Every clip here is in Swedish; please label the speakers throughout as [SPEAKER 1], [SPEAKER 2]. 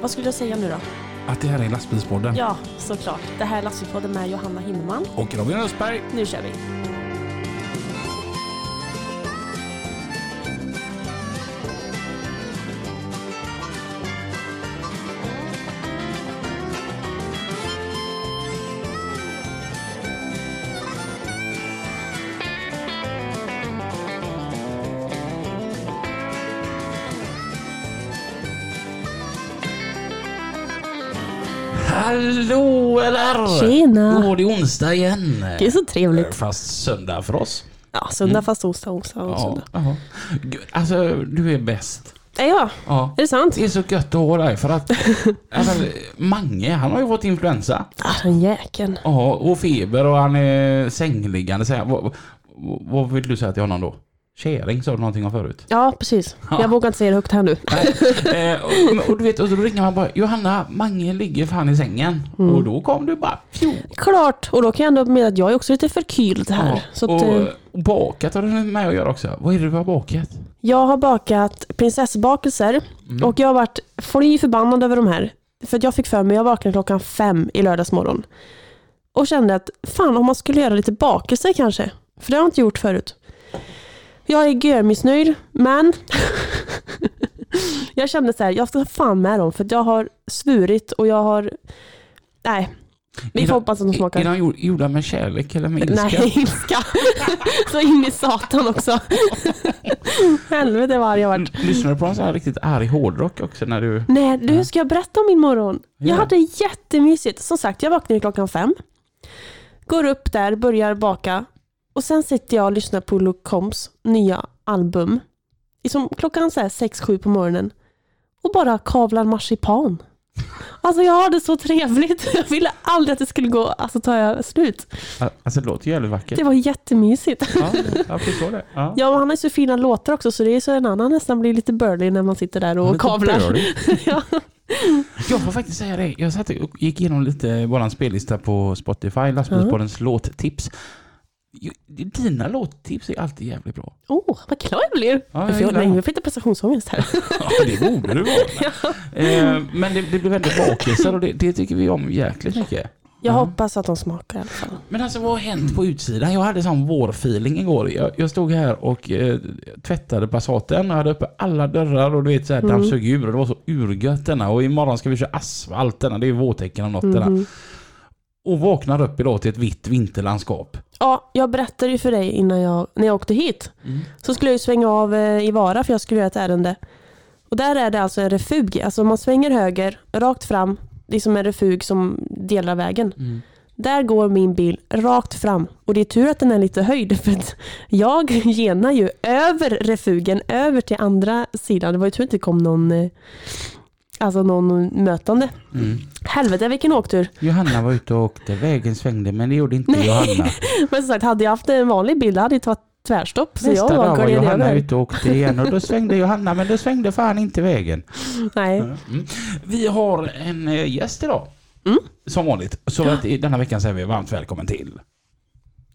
[SPEAKER 1] Vad skulle jag säga nu då?
[SPEAKER 2] Att det här är lastbilspodden.
[SPEAKER 1] Ja, såklart. Det här är Lastbilspodden med Johanna Hinneman.
[SPEAKER 2] Och Robin Östberg.
[SPEAKER 1] Nu kör vi!
[SPEAKER 2] Hallå eller?
[SPEAKER 1] Tjena.
[SPEAKER 2] Åh, det är onsdag igen.
[SPEAKER 1] Det är så trevligt.
[SPEAKER 2] Fast söndag för oss.
[SPEAKER 1] Ja, söndag fast onsdag, onsdag och söndag.
[SPEAKER 2] ja. Gud, Alltså, du är bäst.
[SPEAKER 1] Är jag?
[SPEAKER 2] Ja.
[SPEAKER 1] Är det sant?
[SPEAKER 2] Det är så gött att ha dig för att alltså, Mange, han har ju fått influensa.
[SPEAKER 1] Ah, den jäkeln.
[SPEAKER 2] Ja, och feber och han är sängliggande. Så här, vad, vad- vad vill du säga till honom då? Käring sa du någonting om förut.
[SPEAKER 1] Ja, precis.
[SPEAKER 2] Ja.
[SPEAKER 1] Jag vågar inte säga det högt här nu.
[SPEAKER 2] eh, och, och du vet, och då ringer man bara Johanna, Mange ligger fan i sängen.
[SPEAKER 1] Mm.
[SPEAKER 2] Och då kom du bara fjol.
[SPEAKER 1] Klart! Och då kan jag ändå med att jag är också lite förkyld här. så att,
[SPEAKER 2] och,
[SPEAKER 1] eh,
[SPEAKER 2] och bakat har du med att göra också. Vad är det du har bakat?
[SPEAKER 1] Jag har bakat prinsessbakelser och jag har varit fly förbannad över de här. För att jag fick för mig, jag vaknade klockan fem i lördags morgon och kände att fan om man skulle göra lite bakelser kanske. För det har jag inte gjort förut. Jag är görmissnöjd, men jag kände så här, jag ska fan med dem för att jag har svurit och jag har... Nej, vi
[SPEAKER 2] Är
[SPEAKER 1] får
[SPEAKER 2] de-
[SPEAKER 1] hoppas att de smakar.
[SPEAKER 2] Är de gjord- gjorda med kärlek eller med ilska?
[SPEAKER 1] Nej, ilska. så in i satan också. Helvete vad arg jag varit.
[SPEAKER 2] Lyssnar du på någon sån här riktigt arg hårdrock också när du...
[SPEAKER 1] Nej, du ska jag berätta om min morgon?
[SPEAKER 2] Gör
[SPEAKER 1] Jag hade jättemysigt. Som sagt, jag vaknade klockan fem. Går upp där, börjar baka. Och sen sitter jag och lyssnar på Luke Combs nya album. I Som klockan så här sex, sju på morgonen. Och bara kavlar marsipan. Alltså jag hade så trevligt. Jag ville aldrig att det skulle gå, alltså ta jag slut.
[SPEAKER 2] Alltså det låter ju jävligt vackert.
[SPEAKER 1] Det var jättemysigt.
[SPEAKER 2] Ja, jag förstår det. Ja.
[SPEAKER 1] Ja, och han har ju så fina låtar också så det är så en annan nästan blir lite burly när man sitter där och
[SPEAKER 2] Lite
[SPEAKER 1] kavlar.
[SPEAKER 2] burly.
[SPEAKER 1] ja.
[SPEAKER 2] Jag får faktiskt säga det. Jag satt och gick igenom lite våran spellista på Spotify, lastbilspoddens låttips. Jo, Dina låttips är alltid jävligt bra.
[SPEAKER 1] Åh, vad glad jag blir.
[SPEAKER 2] jag
[SPEAKER 1] jag,
[SPEAKER 2] gillar
[SPEAKER 1] får, nej,
[SPEAKER 2] det.
[SPEAKER 1] jag får inte prestationsångest här.
[SPEAKER 2] Ja, det borde du vara. Eh, Men det, det blir väldigt bakelser och det, det tycker vi om jäkligt mycket.
[SPEAKER 1] Jag hoppas att de smakar i alla fall.
[SPEAKER 2] Men alltså vad har hänt på utsidan? Jag hade sån vårfeeling igår. Jag, jag stod här och eh, tvättade Passaten och hade uppe alla dörrar och du vet så här
[SPEAKER 1] Mm.
[SPEAKER 2] dammsög ur och det var så urgött denna och imorgon ska vi köra asfalt denna. Det är ju vårtecken om något
[SPEAKER 1] Mm-hmm.
[SPEAKER 2] denna. Och vaknar upp idag till ett vitt vinterlandskap.
[SPEAKER 1] Ja, jag berättade ju för dig innan jag, när jag åkte hit. Så skulle jag ju svänga av eh, i Vara för jag skulle göra ett ärende. Och där är det alltså en refug. Alltså om man svänger höger, rakt fram. Det är som en refug som delar vägen. Där går min bil rakt fram. Och det är tur att den är lite höjd. För att jag genar ju över refugen, över till andra sidan. Det var ju tur att det kom någon, eh, alltså någon mötande. Helvete vilken åktur.
[SPEAKER 2] Johanna var ute och åkte, vägen svängde men det gjorde inte Johanna.
[SPEAKER 1] Men som sagt, hade jag haft en vanlig bil då hade det tagit tvärstopp. Så
[SPEAKER 2] Nästa
[SPEAKER 1] jag
[SPEAKER 2] dag
[SPEAKER 1] var
[SPEAKER 2] var
[SPEAKER 1] gled
[SPEAKER 2] Johanna
[SPEAKER 1] över.
[SPEAKER 2] ute och åkte igen och då svängde Johanna men då svängde fan inte vägen.
[SPEAKER 1] Nej.
[SPEAKER 2] Mm. Vi har en eh, gäst idag.
[SPEAKER 1] Mm.
[SPEAKER 2] Som vanligt. Så att i denna veckan säger vi varmt välkommen till.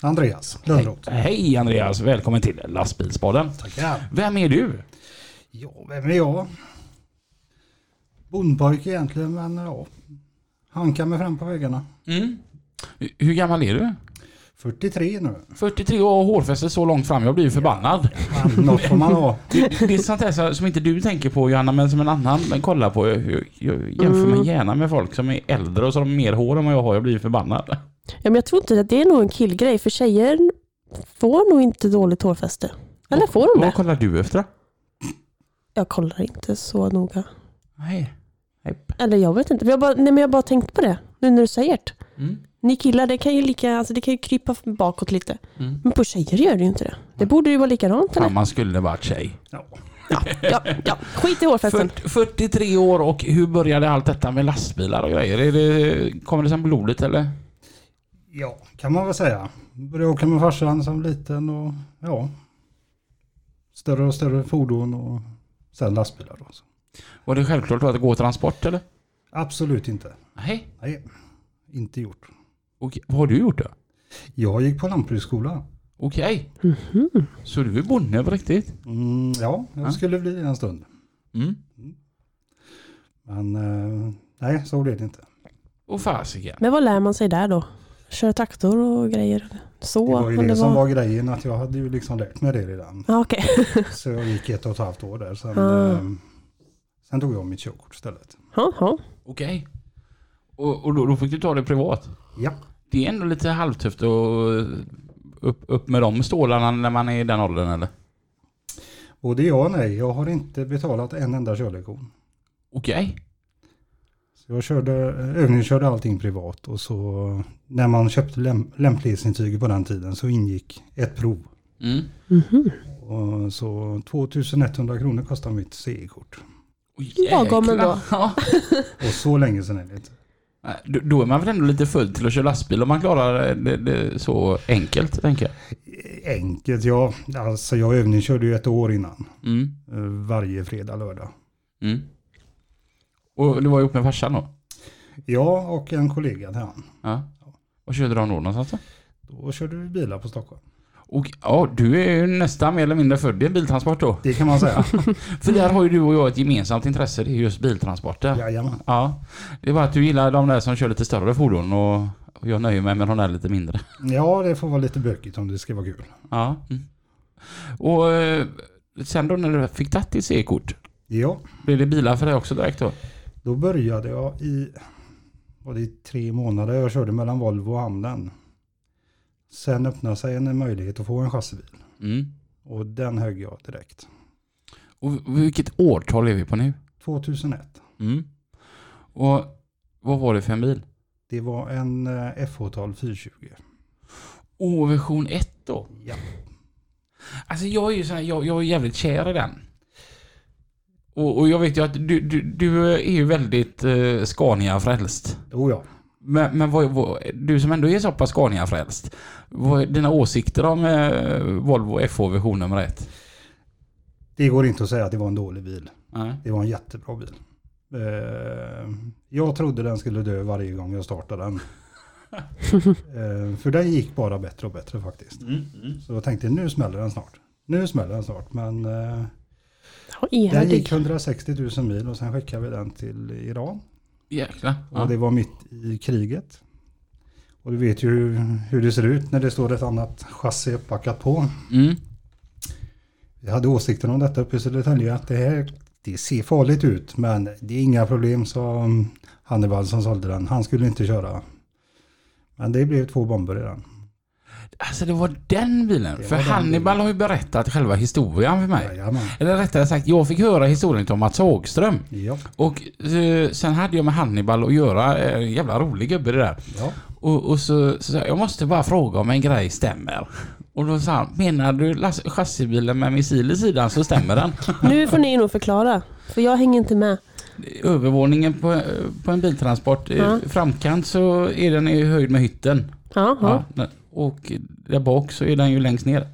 [SPEAKER 3] Andreas Lönnroth.
[SPEAKER 2] Hej Andreas, välkommen till Lastbilspodden.
[SPEAKER 3] Tackar.
[SPEAKER 2] Vem är du?
[SPEAKER 3] Ja, vem är jag? Bondpojke egentligen, men ja. Hankar mig fram på väggarna.
[SPEAKER 2] Mm. Hur gammal är du?
[SPEAKER 3] 43 nu.
[SPEAKER 2] 43 år och hårfäste så långt fram, jag blir ju förbannad.
[SPEAKER 3] Men Något får man ha.
[SPEAKER 2] Det är sånt här så- som inte du tänker på Johanna, men som en annan men kollar på. Jag, jag, jag jämför mig gärna med folk som är äldre och som har mer hår än vad jag har, jag blir ju förbannad.
[SPEAKER 1] Ja, men jag tror inte att det är nog en killgrej, för tjejer får nog inte dåligt hårfäste. Eller får de
[SPEAKER 2] Vad
[SPEAKER 1] det?
[SPEAKER 2] kollar du efter?
[SPEAKER 1] Jag kollar inte så noga.
[SPEAKER 2] Nej. Nej.
[SPEAKER 1] Eller jag vet inte. Men Jag bara, nej, men jag har bara tänkt på det nu när du säger det.
[SPEAKER 3] Mm.
[SPEAKER 1] Ni killar, det kan ju, lika, alltså, det kan ju krypa bakåt lite.
[SPEAKER 3] Mm.
[SPEAKER 1] Men på tjejer gör det ju inte det. Det borde ju vara likadant. Eller?
[SPEAKER 2] Fan, man skulle varit tjej.
[SPEAKER 3] Ja.
[SPEAKER 1] Ja, ja. Skit i hårfästen.
[SPEAKER 2] 40, 43 år och hur började allt detta med lastbilar och grejer? Är det, kommer det sen blodet eller?
[SPEAKER 3] ja, kan man väl säga. Började åka med farsan som liten och ja. Större och större fordon och sen lastbilar. Då. Så.
[SPEAKER 2] Var det självklart att gå transport eller?
[SPEAKER 3] Absolut inte.
[SPEAKER 2] Nej.
[SPEAKER 3] Nej, inte gjort.
[SPEAKER 2] Okej. Vad har du gjort då?
[SPEAKER 3] Jag gick på lantbruksskola.
[SPEAKER 2] Okej. Så du är bonde på riktigt?
[SPEAKER 3] Mm, ja, jag skulle bli det en stund.
[SPEAKER 2] Mm.
[SPEAKER 3] Men eh, nej, så blev det inte.
[SPEAKER 2] Och fasiken.
[SPEAKER 1] Men vad lär man sig där då? Köra traktor och grejer? Så?
[SPEAKER 3] Det var ju
[SPEAKER 1] om
[SPEAKER 3] det som var grejen, att jag hade ju liksom lärt mig det redan.
[SPEAKER 1] Ja, okej.
[SPEAKER 3] Så jag gick ett och ett halvt år där. Sen,
[SPEAKER 1] Ah.
[SPEAKER 3] eh, sen tog jag mitt körkort istället.
[SPEAKER 1] Ja, ja.
[SPEAKER 2] Okej. Och, och då, då fick du ta det privat.
[SPEAKER 3] Ja,
[SPEAKER 2] Det är ändå lite halvtufft att eh, upp, upp med de stålarna när man är i den åldern eller?
[SPEAKER 3] både ja och nej. Jag har inte betalat en enda körlektion.
[SPEAKER 2] Okej.
[SPEAKER 3] Så jag körde, eh, övningskörde allting privat och så när man köpte läm- lämplighetsintyget på den tiden så ingick ett prov.
[SPEAKER 2] Mm.
[SPEAKER 1] Mhm.
[SPEAKER 3] Och så 2100 kronor kostar mitt CE-kort.
[SPEAKER 2] Oh,
[SPEAKER 1] Lagom ändå.
[SPEAKER 2] Ja.
[SPEAKER 3] Och så länge sedan är det inte.
[SPEAKER 2] Nej, Då, då är man väl ändå lite full till att köra lastbil om man klarar det, det så enkelt tänker jag.
[SPEAKER 3] Enkelt, ja. Alltså jag övningskörde ju ett år innan.
[SPEAKER 2] Mm.
[SPEAKER 3] eh, Varje fredag, lördag.
[SPEAKER 2] Mm. Och du var ihop med farsan då?
[SPEAKER 3] Jag och en kollega till han.
[SPEAKER 2] Ja. Och körde de då någonstans då?
[SPEAKER 3] Då körde vi bilar på Stockholm.
[SPEAKER 2] Och, ja, du är ju nästan mer eller mindre född i en biltransport då.
[SPEAKER 3] Det kan man säga.
[SPEAKER 2] För där har ju du och jag ett gemensamt intresse, det är just biltransporter. Ja.
[SPEAKER 3] Jajamän.
[SPEAKER 2] Det är bara att du gillar de där som kör lite större fordon och och jag nöjer mig med de där lite mindre.
[SPEAKER 3] Ja, det får vara lite bökigt om det ska vara kul.
[SPEAKER 2] Ja. Mm. Och eh, sen då när du fick tagit ditt C-kort,
[SPEAKER 3] Ja,
[SPEAKER 2] blev det bilar för dig också direkt då?
[SPEAKER 3] då började jag i, var det i tre månader. Jag körde mellan Volvo och hamnen. Sen öppnade sig en möjlighet att få en chassibil.
[SPEAKER 2] Mm.
[SPEAKER 3] Och den högg jag direkt.
[SPEAKER 2] Och vilket årtal är vi på nu?
[SPEAKER 3] 2001.
[SPEAKER 2] Mm. Och vad var det för en bil?
[SPEAKER 3] Det var en eh, FH12 420.
[SPEAKER 2] Åh, version 1 då.
[SPEAKER 3] Ja.
[SPEAKER 2] Alltså jag är ju sån här, jag, jag är jävligt kär i den. Och, och jag vet ju att du, du, du är ju väldigt eh, Scania-frälst.
[SPEAKER 3] Oh ja.
[SPEAKER 2] Men, men vad, vad, du som ändå är så pass Scania-frälst, vad är dina åsikter om eh, Volvo FH version nummer 1?
[SPEAKER 3] Det går inte att säga att det var en dålig bil.
[SPEAKER 2] Nej.
[SPEAKER 3] Det var en jättebra bil. Eh, jag trodde den skulle dö varje gång jag startade den. eh, för den gick bara bättre och bättre faktiskt. Så jag tänkte nu smäller den snart. Nu smäller den snart. Men eh,
[SPEAKER 1] Ja, ihärdig.
[SPEAKER 3] den gick 160 000 mil och sen skickade vi den till Iran.
[SPEAKER 2] Jäklar.
[SPEAKER 3] Och
[SPEAKER 2] Ja.
[SPEAKER 3] det var mitt i kriget. Och du vet ju hur, hur det ser ut när det står ett annat chassi uppbackat på.
[SPEAKER 2] Mm.
[SPEAKER 3] Jag hade åsikter om detta uppe i Södertälje att det här det ser farligt ut men det är inga problem sa mm, Hannibal som sålde den. Han skulle inte köra. Men det blev två bomber i den.
[SPEAKER 2] Alltså det var den bilen.
[SPEAKER 3] Det
[SPEAKER 2] för
[SPEAKER 3] var den
[SPEAKER 2] Hannibal
[SPEAKER 3] bilen.
[SPEAKER 2] har ju berättat själva historien för mig.
[SPEAKER 3] Jajamän.
[SPEAKER 2] Eller rättare sagt, jag fick höra historien om Mats Hågström.
[SPEAKER 3] Ja,
[SPEAKER 2] Och eh, sen hade jag med Hannibal att göra, eh, jävla rolig gubbe det där.
[SPEAKER 3] ja.
[SPEAKER 2] Och, och så, så sa jag, jag måste bara fråga om en grej stämmer. Och då sa han, menar du las- chassibilen med missil i sidan så stämmer den.
[SPEAKER 1] Nu får ni nog förklara, för jag hänger inte med.
[SPEAKER 2] Övervåningen på, eh, på en biltransport, i
[SPEAKER 1] Ja.
[SPEAKER 2] framkant så är den i höjd med hytten.
[SPEAKER 1] Ja, ja.
[SPEAKER 2] Ja, och där bak så är den ju längst ner.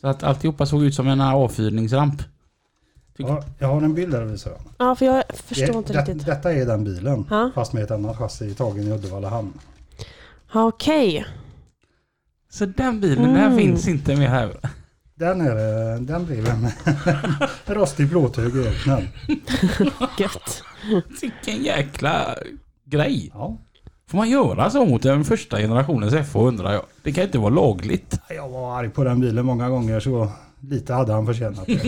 [SPEAKER 2] Så att alltihopa såg ut som en avfyrningsramp. Tycker-
[SPEAKER 3] ja jag har en bild där visar jag.
[SPEAKER 1] ja för jag förstår
[SPEAKER 3] Det-
[SPEAKER 1] inte
[SPEAKER 3] det,
[SPEAKER 1] riktigt.
[SPEAKER 3] Detta är den bilen
[SPEAKER 1] Ja.
[SPEAKER 3] fast med ett annat chassi tagen i Uddevalla hamn.
[SPEAKER 1] Ja, Okej.
[SPEAKER 2] Så den bilen, den
[SPEAKER 1] Mm.
[SPEAKER 2] finns inte mer här.
[SPEAKER 3] Den, är, det- den blev en rostig plåthög i öknen.
[SPEAKER 1] Gött.
[SPEAKER 2] Vilken jäkla grej.
[SPEAKER 3] Ja.
[SPEAKER 2] Får man göra så mot den första generationens FH undrar jag? Det kan inte vara lagligt.
[SPEAKER 3] Jag var arg på den bilen många gånger så lite hade han förtjänat det.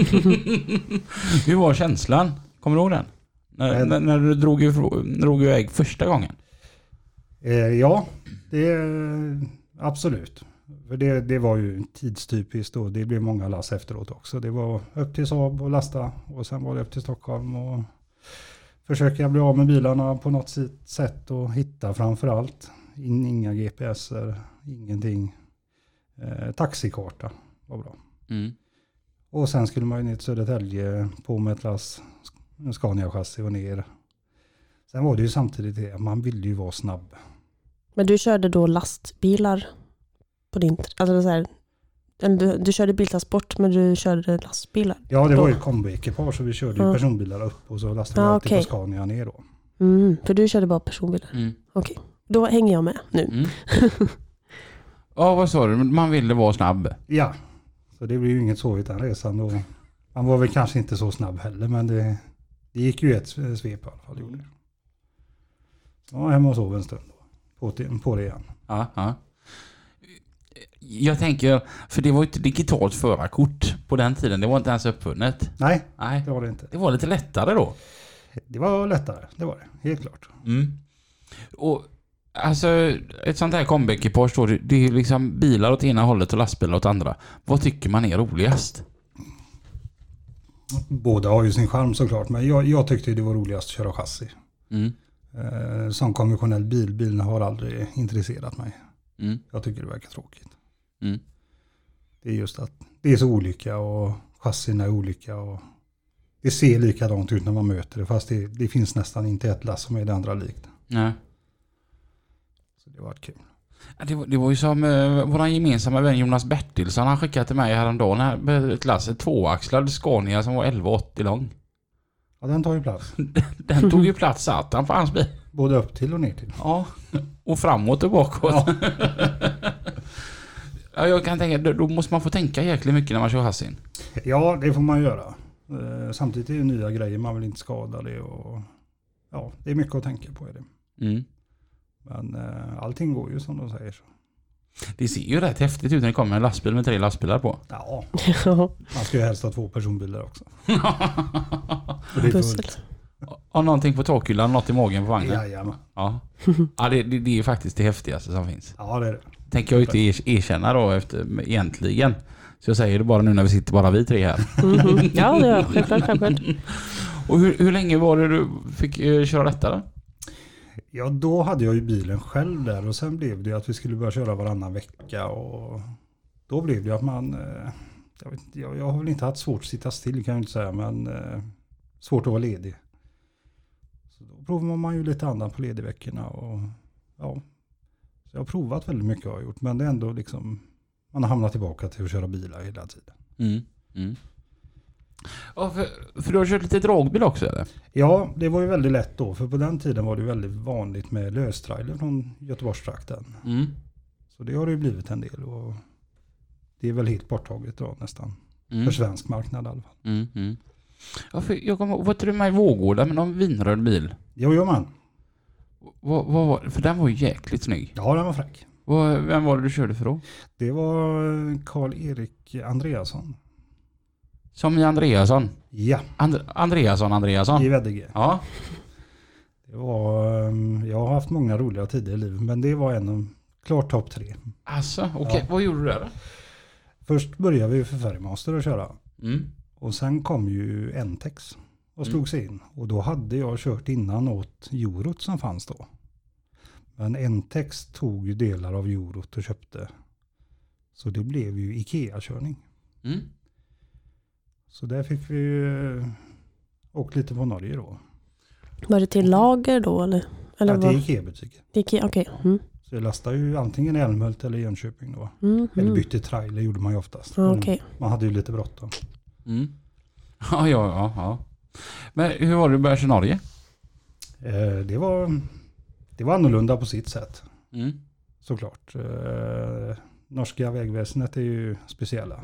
[SPEAKER 2] Hur var känslan? Kommer du ihåg den? När,
[SPEAKER 3] Nej.
[SPEAKER 2] när, när du drog, ifrå- drog iväg första gången?
[SPEAKER 3] Eh, ja, det eh, absolut. För det, det var ju tidstypiskt och det blev många lass efteråt också. Det var upp till Saab och lasta och sen var det upp till Stockholm och försöka bli av med bilarna på något si- sätt och hitta framför allt. In, inga GPSer, ingenting. Eh, taxikarta var bra.
[SPEAKER 2] Mm.
[SPEAKER 3] Och sen skulle man ju ner till Södertälje på med ett lass Sc- Scania-chassi och ner. Sen var det ju samtidigt det, att man ville ju vara snabb.
[SPEAKER 1] Men du körde då lastbilar på din... Alltså så här, eller du, du körde biltransport men du körde lastbilar.
[SPEAKER 3] Ja, det var ju
[SPEAKER 1] Då.
[SPEAKER 3] ett kombiekipage så vi körde ju
[SPEAKER 1] Ja.
[SPEAKER 3] personbilar upp och så lastade vi
[SPEAKER 1] Ja,
[SPEAKER 3] alltid
[SPEAKER 1] okej.
[SPEAKER 3] på Scania ner då.
[SPEAKER 1] Mm, för du körde bara personbilar.
[SPEAKER 2] Mm.
[SPEAKER 1] Då hänger jag med nu.
[SPEAKER 2] Mm. ja, vad sa du? Man ville vara snabb.
[SPEAKER 3] Ja, så det blev ju inget sovigt den resan. Och han var väl kanske inte så snabb heller men det, Det gick ju ett svep i alla fall. gjorde det. Så jag var hemma och sov en stund. Då. På, till- på det igen.
[SPEAKER 2] Ja, ja. Jag tänker, för det var ju inte digitalt förarkort på den tiden. Det var inte ens uppfunnet.
[SPEAKER 3] Nej,
[SPEAKER 2] Nej,
[SPEAKER 3] det var det inte.
[SPEAKER 2] det var lite lättare då.
[SPEAKER 3] Det var lättare, det var det. Helt klart.
[SPEAKER 2] Mm. Och alltså, ett sånt här comeback-ekipage då, det- det är ju liksom bilar åt ena hållet och lastbilar åt andra. Vad tycker man är roligast?
[SPEAKER 3] Båda har ju sin charm såklart, men jag, jag tyckte det var roligast att köra chassi.
[SPEAKER 2] Mm.
[SPEAKER 3] Eh, som konventionell bil, bilen har aldrig intresserat mig.
[SPEAKER 2] Mm.
[SPEAKER 3] Jag tycker det verkar tråkigt.
[SPEAKER 2] Mm.
[SPEAKER 3] Det är just att det är så olika och chassina är olika. Och det ser likadant ut när man möter det, fast det, det finns nästan inte ett lass som är det andra likt.
[SPEAKER 2] Nej.
[SPEAKER 3] Så det var kul.
[SPEAKER 2] Ja, Det var, det var ju som eh, vår gemensamma vän Jonas Bertilsson, han skickade till mig häromdagen här, med ett lass, en tvåaxlad Scania som var 11,80 lång.
[SPEAKER 3] Ja, den tar ju plats.
[SPEAKER 2] Den tog ju plats satan på hans bil.
[SPEAKER 3] Både upp till och ner till.
[SPEAKER 2] Ja, och framåt och bakåt. Ja. jag kan tänka, då- då måste man få tänka jäkligt mycket när man kör hassin.
[SPEAKER 3] Ja, det får man göra. Eh, samtidigt är det nya grejer, man vill inte skada det. Och, ja, det är mycket att tänka på. Är det.
[SPEAKER 2] Mm.
[SPEAKER 3] Men eh, allting går ju som de säger. Så.
[SPEAKER 2] Det ser ju rätt häftigt ut när det kommer en lastbil med tre lastbilar på.
[SPEAKER 3] Ja,
[SPEAKER 1] Ja,
[SPEAKER 3] man ska ju helst ha två personbilar också. För det är fullt.
[SPEAKER 1] pusslet.
[SPEAKER 2] Och någonting på takhyllan, något i magen på vagnen.
[SPEAKER 3] Jajamän.
[SPEAKER 2] Ja, ja det, det, det är faktiskt det häftigaste som finns.
[SPEAKER 3] Ja, det är det.
[SPEAKER 2] Tänker jag inte er- erkänna då efter, egentligen. Så jag säger det bara nu när vi sitter bara vi tre här.
[SPEAKER 1] Mhm. Ja, det gör jag. Självklart, självklart.
[SPEAKER 2] Och hur, hur länge var det du fick eh, köra detta då?
[SPEAKER 3] Ja, då hade jag ju bilen själv där och sen blev det ju att vi skulle börja köra varannan vecka och då blev det ju att man, eh, jag, vet, inte, jag, jag har väl inte haft svårt att sitta still kan jag inte säga, men eh, svårt att vara ledig. Så då provar man ju lite annat på ledigveckorna och ja, så jag har provat väldigt mycket har jag gjort, men det är ändå liksom, man har hamnat tillbaka till att köra bilar hela tiden.
[SPEAKER 2] Mm. Mm. Ja, för, för du har kört lite dragbil också eller?
[SPEAKER 3] Ja, det var ju väldigt lätt då, för på den tiden var det ju väldigt vanligt med löstrailer från Göteborgstrakten.
[SPEAKER 2] Mm.
[SPEAKER 3] Så det har det ju blivit en del. Och det är väl helt borttaget då nästan.
[SPEAKER 2] Mm.
[SPEAKER 3] För svensk marknad i alla fall.
[SPEAKER 2] Mm. Mm. Ja, för jag kommer ihåg, var inte du med i Vårgårda med någon vinröd bil?
[SPEAKER 3] Jo, jo man.
[SPEAKER 2] Vad, vad var det? För den var ju jäkligt snygg.
[SPEAKER 3] Ja, den var fräck.
[SPEAKER 2] Vad- Vem var det du körde för då?
[SPEAKER 3] Det var eh, Karl-Erik Andreasson.
[SPEAKER 2] Som i Andreasson.
[SPEAKER 3] Ja,
[SPEAKER 2] And, Andreasson, Andreasson.
[SPEAKER 3] i Veddige.
[SPEAKER 2] Ja.
[SPEAKER 3] Det var, ehm, jag har haft många roliga tider i livet, men det var en av, klart topp tre.
[SPEAKER 2] Alltså, okej.
[SPEAKER 3] Ja.
[SPEAKER 2] Vad gjorde du där?
[SPEAKER 3] Först började vi ju för Färgmaster att köra.
[SPEAKER 2] då? Mm.
[SPEAKER 3] Och sen kom ju Entex och
[SPEAKER 2] Mm.
[SPEAKER 3] slog sig in. Och då hade jag kört innan åt Eurot som fanns då. Men Entex tog ju delar av Eurot och köpte. Så det blev ju Ikea-körning.
[SPEAKER 2] Mm.
[SPEAKER 3] Så där fick vi ju eh, åkt lite på Norge då.
[SPEAKER 1] Var det till lager då eller? eller
[SPEAKER 3] Eller
[SPEAKER 1] vad?
[SPEAKER 3] det är Ikea-butiken.
[SPEAKER 1] Det gick i- Okej. Mm.
[SPEAKER 3] Så jag lastade ju antingen i Älmhult eller i Jönköping då.
[SPEAKER 1] Mm.
[SPEAKER 3] Eller Mm.
[SPEAKER 1] Mm.
[SPEAKER 3] bytte trailer gjorde man ju oftast.
[SPEAKER 1] Ja,
[SPEAKER 3] Men
[SPEAKER 1] Okej.
[SPEAKER 3] Man hade ju lite bråttom.
[SPEAKER 2] Mm. Ja, ja, ja, ja. Men hur var det du började i Norge?
[SPEAKER 3] Eh, Det var, det var annorlunda på sitt sätt.
[SPEAKER 2] Mm.
[SPEAKER 3] såklart. Eh, norska vägväsendet är ju speciella.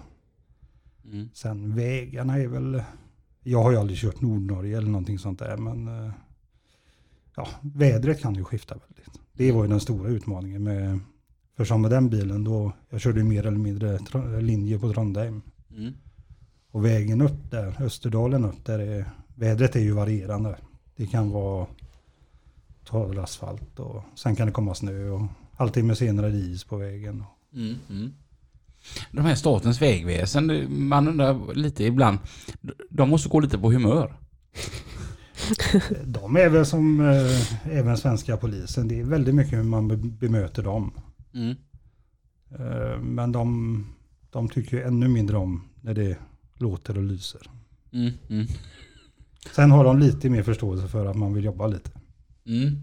[SPEAKER 2] Mm.
[SPEAKER 3] Sen vägarna är väl, jag har ju aldrig kört Nordnorge eller någonting sånt där, men eh, ja, vädret kan ju skifta väldigt. Det var ju den stora utmaningen med, för som med den bilen då, jag körde ju mer eller mindre tr- linje på Trondheim.
[SPEAKER 2] Mm.
[SPEAKER 3] Och vägen upp där, Österdalen upp, där är, vädret är ju varierande. Det kan vara torr asfalt och sen kan det komma snö och halvtimme senare är det is på vägen.
[SPEAKER 2] Mm. Mm. De här statens vägväsen, det- man undrar lite ibland. De måste gå lite på humör.
[SPEAKER 3] De är väl som eh, även svenska polisen. Det är väldigt mycket hur man be- bemöter dem.
[SPEAKER 2] Mm.
[SPEAKER 3] Eh, men de, de tycker ju ännu mindre om när det låter och lyser.
[SPEAKER 2] Mm. Mm.
[SPEAKER 3] Sen har de lite mer förståelse för att man vill jobba lite.
[SPEAKER 2] Mm.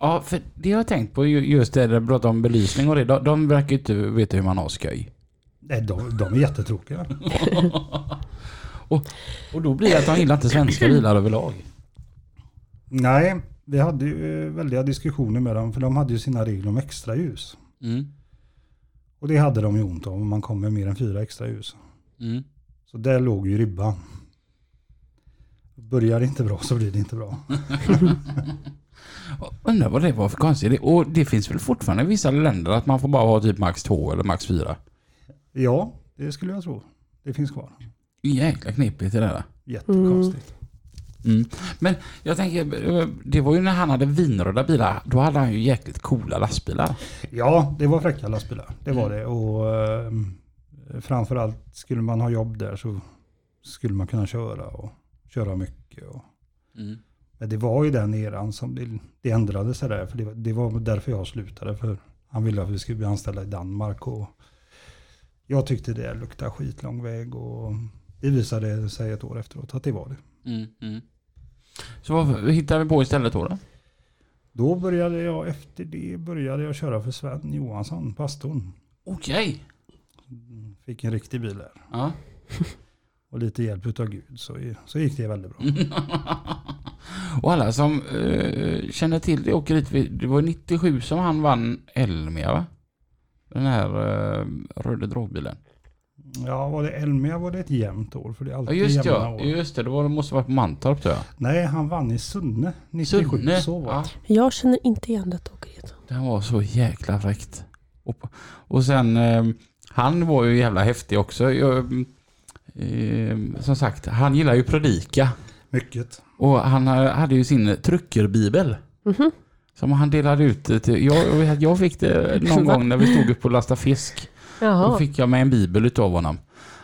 [SPEAKER 2] Ja, för det jag har tänkt på ju- just det där du pratar om belysning och det. De, de verkar ju inte veta hur man har skoj.
[SPEAKER 3] Nej, de, de är jättetråkiga.
[SPEAKER 2] och, och då blir det att de gillar inte svenska bilar överlag.
[SPEAKER 3] Nej, vi hade ju eh, väldiga diskussioner med dem för de hade ju sina regler om extra ljus.
[SPEAKER 2] Mm.
[SPEAKER 3] Och det hade de ju ont om om man kom med mer än fyra extra ljus.
[SPEAKER 2] Mm.
[SPEAKER 3] Så där låg ju ribban. Börjar det inte bra så blir det inte bra.
[SPEAKER 2] Undrar vad det var för konstigt. Och det finns väl fortfarande i vissa länder att man får bara ha typ max två eller max fyra.
[SPEAKER 3] Ja, det skulle jag tro. Det finns kvar.
[SPEAKER 2] Jäkla knepigt det där.
[SPEAKER 3] Jättekonstigt.
[SPEAKER 2] Mm. Men jag tänker, eh, det var ju när han hade vinröda bilar. Då hade han ju jäkligt coola lastbilar.
[SPEAKER 3] Mm. Ja, det var fräcka lastbilar. Det var det. Och eh, framförallt skulle man ha jobb där så skulle man kunna köra och köra mycket. Och, men det var ju den eran som det, det ändrades sig där. För det, var- det var därför jag slutade. För han ville att vi skulle bli anställda i Danmark. Och jag tyckte det luktade skitlång väg. Och det visade sig ett år efteråt att det var det.
[SPEAKER 2] Så vad hittar vi på istället då? då?
[SPEAKER 3] Då började jag, efter det började jag köra för Sven Johansson, pastorn.
[SPEAKER 2] Okej.
[SPEAKER 3] Fick en riktig bil där.
[SPEAKER 2] Ja.
[SPEAKER 3] Och lite hjälp av Gud så, så gick det väldigt bra.
[SPEAKER 2] Och alla som eh, känner till det åker dit. Det var 97 som han vann Elmia va? Den här eh, röda dragbilen.
[SPEAKER 3] Ja, var det Elmia var det ett jämnt år. För det är
[SPEAKER 2] Ja
[SPEAKER 3] alltid
[SPEAKER 2] just det,
[SPEAKER 3] jämna
[SPEAKER 2] ja.
[SPEAKER 3] år.
[SPEAKER 2] just det. Det var, det måste vara på Mantorp tror jag.
[SPEAKER 3] Nej, han vann i Sunne 97.
[SPEAKER 2] Sunne.
[SPEAKER 3] Så var
[SPEAKER 2] Ja.
[SPEAKER 3] det.
[SPEAKER 1] Jag känner inte igen detta åkeriet.
[SPEAKER 2] Den var så jäkla fräckt. Och, och sen, eh, han var ju jävla häftig också. Jag, eh, som sagt, han gillar ju predika.
[SPEAKER 3] Mycket.
[SPEAKER 2] Och han eh, hade ju sin tryckerbibel.
[SPEAKER 1] Mhm.
[SPEAKER 2] Som han delade ut till, jag, jag vet att jag fick det någon
[SPEAKER 1] Va?
[SPEAKER 2] gång när vi stod upp och lastade fisk. Då
[SPEAKER 1] Jaha.
[SPEAKER 2] fick jag med en bibel utav honom.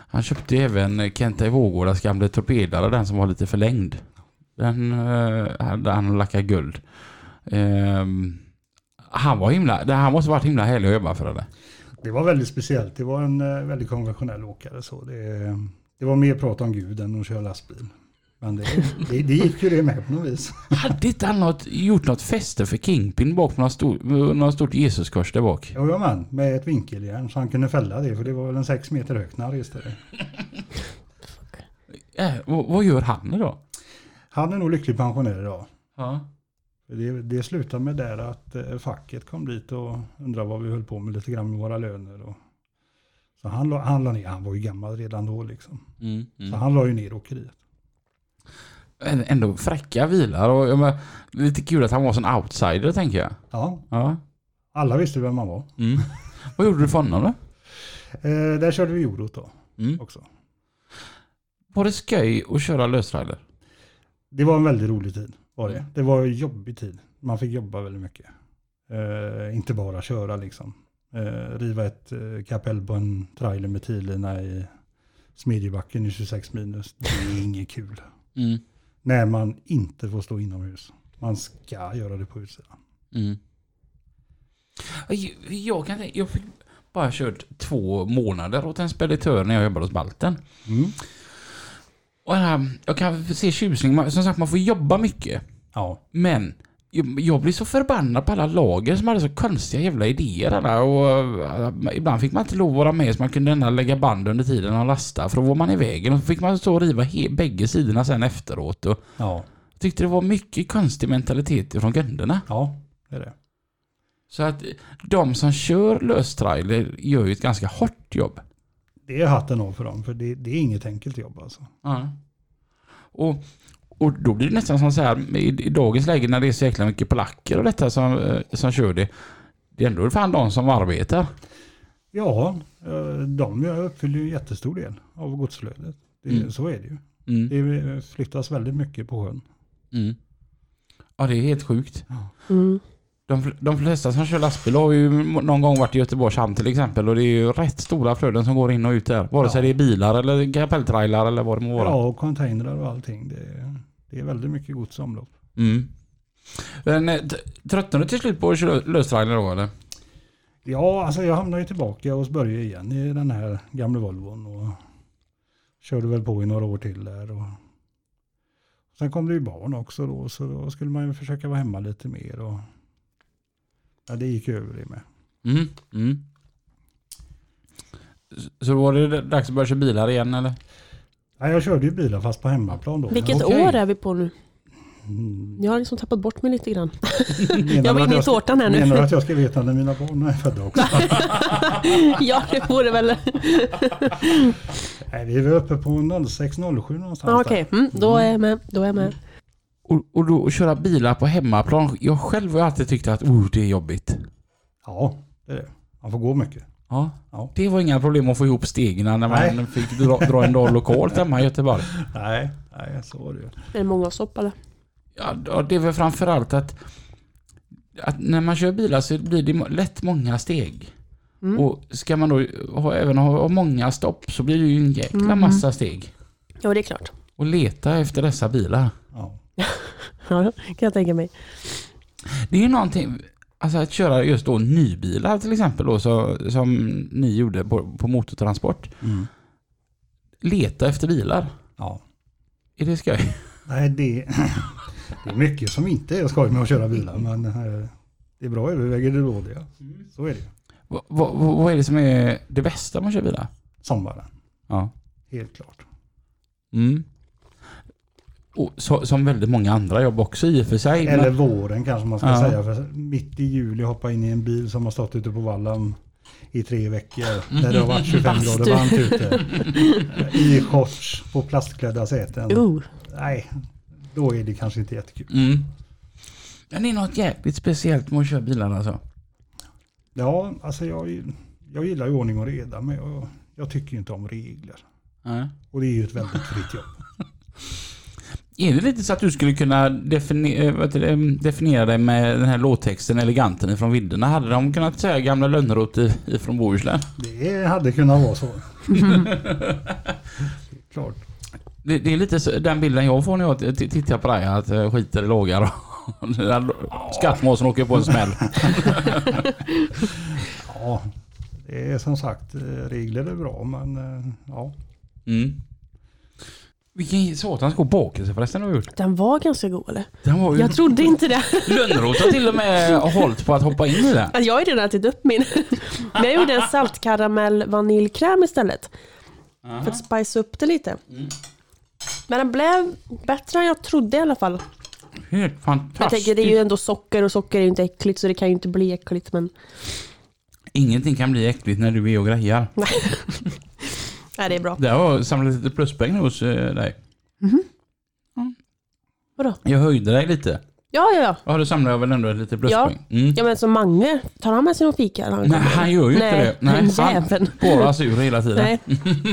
[SPEAKER 2] Han köpte även Kenta i Vårgårdas gamla torpedare, den som var lite förlängd. Den eh, hade han lackat guld. Ehm, han var himla, det- han måste varit himla härlig att jobba för det.
[SPEAKER 3] Det var väldigt speciellt. Det var en eh, väldigt konventionell åkare. Så det, det var mer prat om Gud än att köra lastbil. Men det, det, det gick ju det med på något vis.
[SPEAKER 2] Hade inte han något, gjort något fäste för Kingpin bak på något stort, något stort Jesuskors där bak?
[SPEAKER 3] Jajamän, med ett vinkeljärn så han kunde fälla det. För det var väl en sex meter högt när han reste det.
[SPEAKER 2] Eh, vad, vad gör han idag?
[SPEAKER 3] Han är nog lycklig pensionär idag.
[SPEAKER 2] Ja.
[SPEAKER 3] Det, det slutade med där att eh, facket kom dit och undrade vad vi höll på med lite grann med våra löner. Och, så han la, han la ner, han var ju gammal redan då liksom.
[SPEAKER 2] Mm, mm.
[SPEAKER 3] Så han la ju ner åkeriet.
[SPEAKER 2] Ä- Ändå fräcka vilar och jag men, lite kul att han var sån outsider tänker jag.
[SPEAKER 3] Ja,
[SPEAKER 2] Ja.
[SPEAKER 3] alla visste vem han var.
[SPEAKER 2] Mm. vad gjorde du för honom då?
[SPEAKER 3] Eh, där körde vi Eurot då
[SPEAKER 2] Mm.
[SPEAKER 3] också.
[SPEAKER 2] Var det skoj att köra lösrider?
[SPEAKER 3] Det var en väldigt rolig tid. Var
[SPEAKER 2] Mm.
[SPEAKER 3] det. det var en jobbig tid. Man fick jobba väldigt mycket. Eh, inte bara köra liksom. Eh, riva ett eh, kapell på en trailer med tiderna i Smedjebacken i 26 minus. Det är inget kul.
[SPEAKER 2] Mm.
[SPEAKER 3] När man inte får stå inomhus. Man ska göra det på utsidan.
[SPEAKER 2] Jag, jag, kan, tänka- jag fick bara kört två månader åt en speditör när jag jobbade hos Balten. Och den här, jag kan se tjusning. Man- Som sagt, man får jobba mycket.
[SPEAKER 3] Ja.
[SPEAKER 2] Men jag- jag blir så förbannad på alla lager som hade så konstiga jävla idéer. Alla, och, eh, ibland fick man inte lov att vara med så man kunde ändå lägga band under tiden och lasta. För då var man i vägen och så fick man stå och riva he- bägge sidorna sen efteråt. Och
[SPEAKER 3] ja.
[SPEAKER 2] jag tyckte det var mycket konstig mentalitet från kunderna.
[SPEAKER 3] Ja, det är det.
[SPEAKER 2] Så att de som kör löstrailer gör ju ett ganska hårt jobb.
[SPEAKER 3] Det är hatten av för dem. För det, det är inget enkelt jobb alltså.
[SPEAKER 2] Och, och då blir det nästan som så här i, i dagens läge när det är så jäkla mycket polacker och detta som, eh, som kör det. Det är ändå fan de som arbetar.
[SPEAKER 3] Ja, eh, de uppfyller ju en jättestor del av godsflödet. Det,
[SPEAKER 2] Mm.
[SPEAKER 3] Så är det ju.
[SPEAKER 2] Mm.
[SPEAKER 3] Det flyttas väldigt mycket på sjön.
[SPEAKER 2] Mm. Ja det är helt sjukt.
[SPEAKER 1] Mm.
[SPEAKER 2] De, fl- de flesta som kör lastbil har ju m- någon gång varit i Göteborgs hamn till exempel och det är ju rätt stora flöden som går in och ut där. Vare sig
[SPEAKER 3] Ja.
[SPEAKER 2] det är bilar eller kapelltrailar eller vad det må vara.
[SPEAKER 3] Ja, och containrar och allting. Det, det är väldigt mycket gods i omlopp.
[SPEAKER 2] Mm. Men eh, t- tröttnade du till slut på att köra löstrailer då eller?
[SPEAKER 3] Ja, alltså jag hamnade ju tillbaka hos Börje igen i den här gamla Volvon och körde väl på i några år till där. Och sen kom det ju barn också då, så då skulle man ju försöka vara hemma lite mer. Och ja, det gick ju över det med.
[SPEAKER 2] Mm. Mm. S- Så då var det dags att börja köra bilar igen eller?
[SPEAKER 3] Ja, jag körde ju bilar fast på hemmaplan då.
[SPEAKER 1] Vilket
[SPEAKER 2] Okej.
[SPEAKER 1] år är vi på nu?
[SPEAKER 3] Mm.
[SPEAKER 1] Jag har liksom tappat bort mig lite grann.
[SPEAKER 3] Menar
[SPEAKER 1] Jag
[SPEAKER 3] du
[SPEAKER 1] var
[SPEAKER 3] att
[SPEAKER 1] inne i
[SPEAKER 3] ska-
[SPEAKER 1] tårtan här
[SPEAKER 3] Menar du
[SPEAKER 1] nu.
[SPEAKER 3] att jag ska veta när mina barn är födda också?
[SPEAKER 1] ja, det vore väl...
[SPEAKER 3] Nej, vi var uppe på 06-07 någonstans.
[SPEAKER 1] Ja,
[SPEAKER 3] där.
[SPEAKER 1] Okej, mm, då är jag med. Då är jag med.
[SPEAKER 2] Och, och då att köra bilar på hemmaplan. Jag själv har ju alltid tyckt att oh, det är jobbigt.
[SPEAKER 3] Ja, det är det. Man får gå mycket.
[SPEAKER 2] Ja.
[SPEAKER 3] Ja.
[SPEAKER 2] Det var inga problem att få ihop stegen när man
[SPEAKER 3] Nej.
[SPEAKER 2] fick dra, dra en dag lokalt hemma i Göteborg.
[SPEAKER 3] Nej, nej så var det ju.
[SPEAKER 1] Är det måndagssopp eller?
[SPEAKER 2] Ja, då- det är väl framförallt att, att när man kör bilar så blir det må- lätt många steg.
[SPEAKER 1] Mm.
[SPEAKER 2] Och ska man då ha, även ha, ha många stopp så blir det ju en jäkla
[SPEAKER 1] Mm.
[SPEAKER 2] massa steg.
[SPEAKER 1] Ja, det är klart.
[SPEAKER 2] Och leta efter dessa bilar.
[SPEAKER 3] Ja.
[SPEAKER 1] Ja, det kan jag tänka mig.
[SPEAKER 2] Det är ju någonting, alltså att köra just då nybilar till exempel då, så, som ni gjorde på, på motortransport.
[SPEAKER 3] Mm.
[SPEAKER 2] Leta efter bilar.
[SPEAKER 3] ja.
[SPEAKER 2] Är det skoj?
[SPEAKER 3] Nej, det, det är mycket som inte är skoj med att köra bilar, men eh, det är bra överväger det dåliga. Så är det.
[SPEAKER 2] Va- va- va- vad är det som är det bästa med att köra bilar?
[SPEAKER 3] Sommaren,
[SPEAKER 2] Ja.
[SPEAKER 3] helt klart.
[SPEAKER 2] Mm. Och så, som väldigt många andra jobb också i och för sig. men-
[SPEAKER 3] Eller våren kanske man ska
[SPEAKER 2] Ja.
[SPEAKER 3] säga. För mitt i juli hoppa in i en bil som har stått ute på vallan i tre veckor. Där det har varit 25 grader
[SPEAKER 1] Bastu.
[SPEAKER 3] varmt ute. I shorts på plastklädda säten.
[SPEAKER 1] Uh,
[SPEAKER 3] Nej, då är det kanske inte jättekul.
[SPEAKER 2] Mm. Men det är något jävligt speciellt med att köra bilar alltså.
[SPEAKER 3] Ja, alltså jag, jag gillar ju ordning och reda, men jag, jag tycker ju inte om regler. Och det är ju ett väldigt fritt jobb.
[SPEAKER 2] Är det lite så att du skulle kunna defini- eh, vad heter det, em, definiera dig med den här låttexten Eleganten ifrån vidderna? Hade de kunnat säga Gamla Lönnroth i- ifrån Bohuslän?
[SPEAKER 3] Det hade kunnat vara så. Klart.
[SPEAKER 2] Det, det är lite så, den bilden jag får när jag t- t- tittar på dig, att eh, skiter i lågar och den där skattmåsen åker på en smäll.
[SPEAKER 3] Ja, det är som sagt, eh, regler är bra, men eh, ja.
[SPEAKER 2] Mm. Vilken satans god bakelse förresten du har gjort.
[SPEAKER 1] den var ganska god eller?
[SPEAKER 2] Den var ju...
[SPEAKER 1] Jag trodde inte det.
[SPEAKER 2] Lönnroth har till och med hållit på att hoppa in i den.
[SPEAKER 1] Att jag har ju redan ätit upp min. Men jag gjorde en saltkaramell vaniljkräm istället. För att spice upp det lite. Men den blev bättre än jag trodde i alla fall.
[SPEAKER 2] Helt fantastiskt.
[SPEAKER 1] Jag tänker det är ju ändå socker och socker är ju inte äckligt så det kan ju inte bli äckligt men...
[SPEAKER 2] Ingenting kan bli äckligt när du är och grejar.
[SPEAKER 1] Nej det är bra.
[SPEAKER 2] Där har jag samlat lite pluspoäng hos eh, dig. Mm.
[SPEAKER 1] Vadå?
[SPEAKER 2] Jag höjde dig lite.
[SPEAKER 1] Ja ja ja.
[SPEAKER 2] Ja, då samlar jag väl ändå lite pluspoäng. Mm.
[SPEAKER 1] Ja men som Mange, tar han med sig någon fika? när han
[SPEAKER 2] Nej,
[SPEAKER 1] kommer?
[SPEAKER 2] han gör ju inte
[SPEAKER 1] Nej,
[SPEAKER 2] det.
[SPEAKER 1] den
[SPEAKER 2] han
[SPEAKER 1] jäveln.
[SPEAKER 2] borras ur hela tiden.
[SPEAKER 1] Nej.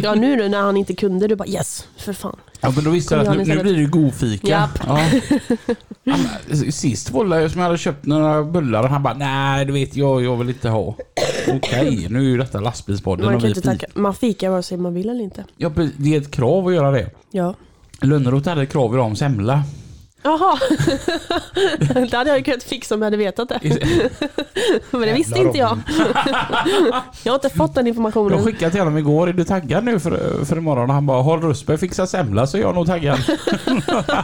[SPEAKER 1] Ja nu nu när han inte kunde, du bara yes, för fan.
[SPEAKER 2] Ja, men då visste jag
[SPEAKER 1] Kom
[SPEAKER 2] att
[SPEAKER 1] igen
[SPEAKER 2] nu, nu
[SPEAKER 1] istället.
[SPEAKER 2] blir det ju god fika.
[SPEAKER 1] Japp.
[SPEAKER 2] Ja. Ja, men Sist var jag som jag hade köpt några bullar och han bara nej, du vet jag, jag vill inte ha. Okej, nu är ju detta lastbilspodden
[SPEAKER 1] Man
[SPEAKER 2] och
[SPEAKER 1] kan
[SPEAKER 2] vi
[SPEAKER 1] inte
[SPEAKER 2] fika.
[SPEAKER 1] tacka. Man fikar vare sig man vill eller inte.
[SPEAKER 2] Ja, precis. det är ett krav att göra det.
[SPEAKER 1] Ja.
[SPEAKER 2] Lönnroth hade ett krav idag om semla.
[SPEAKER 1] Jaha. det hade jag ju kunnat fixa om jag hade vetat det. Men det visste
[SPEAKER 3] Jävlar
[SPEAKER 1] inte jag.
[SPEAKER 3] om.
[SPEAKER 1] jag har inte fått den
[SPEAKER 2] Jag
[SPEAKER 1] informationen.
[SPEAKER 2] skickade till honom igår, är du taggad nu för, för imorgon? Och han bara, har Rustberg fixat semla så är jag nog taggad.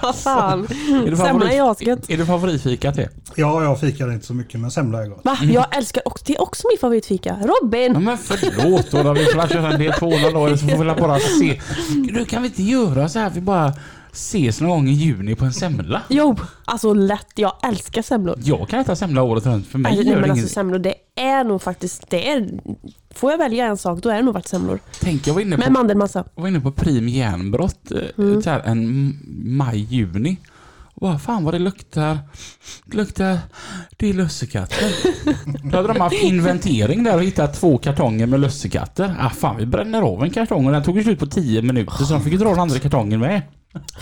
[SPEAKER 1] Vad fan.
[SPEAKER 2] Är det
[SPEAKER 1] Semla i asket.
[SPEAKER 2] är det favoritfika till?
[SPEAKER 3] Ja, jag fikar inte så mycket, men semla är gott.
[SPEAKER 1] Va? Jag älskar också, det är också min favoritfika.
[SPEAKER 2] Mm. Ja,
[SPEAKER 1] Robin!
[SPEAKER 2] men förlåt Ola, vi får väl köra en del på Ola då, eller så får vi väl bara se. Du kan vi inte göra så här, vi bara ses någon gång i juni på en semla?
[SPEAKER 1] Jo, alltså lätt. Jag älskar semlor.
[SPEAKER 2] Jag kan äta semla året runt, för mig
[SPEAKER 1] Nej,
[SPEAKER 2] gör
[SPEAKER 1] men
[SPEAKER 2] det
[SPEAKER 1] alltså
[SPEAKER 2] ingenting.
[SPEAKER 1] semlor, det är nog faktiskt, det är, får jag välja en sak då är det nog faktiskt semlor.
[SPEAKER 2] Tänk, jag var inne på,
[SPEAKER 1] Med mandelmassa.
[SPEAKER 2] jag var inne på prim järnbrott eh, så här, en m- maj-juni. Och Bara, fan vad det luktar. Det luktar... Det är lussekatter. Då hade de haft inventering där och hittat två kartonger med lussekatter. Ah, fan vi bränner av en kartong och den tog ju slut på 10 minuter så de fick ju dra den andra kartongen med.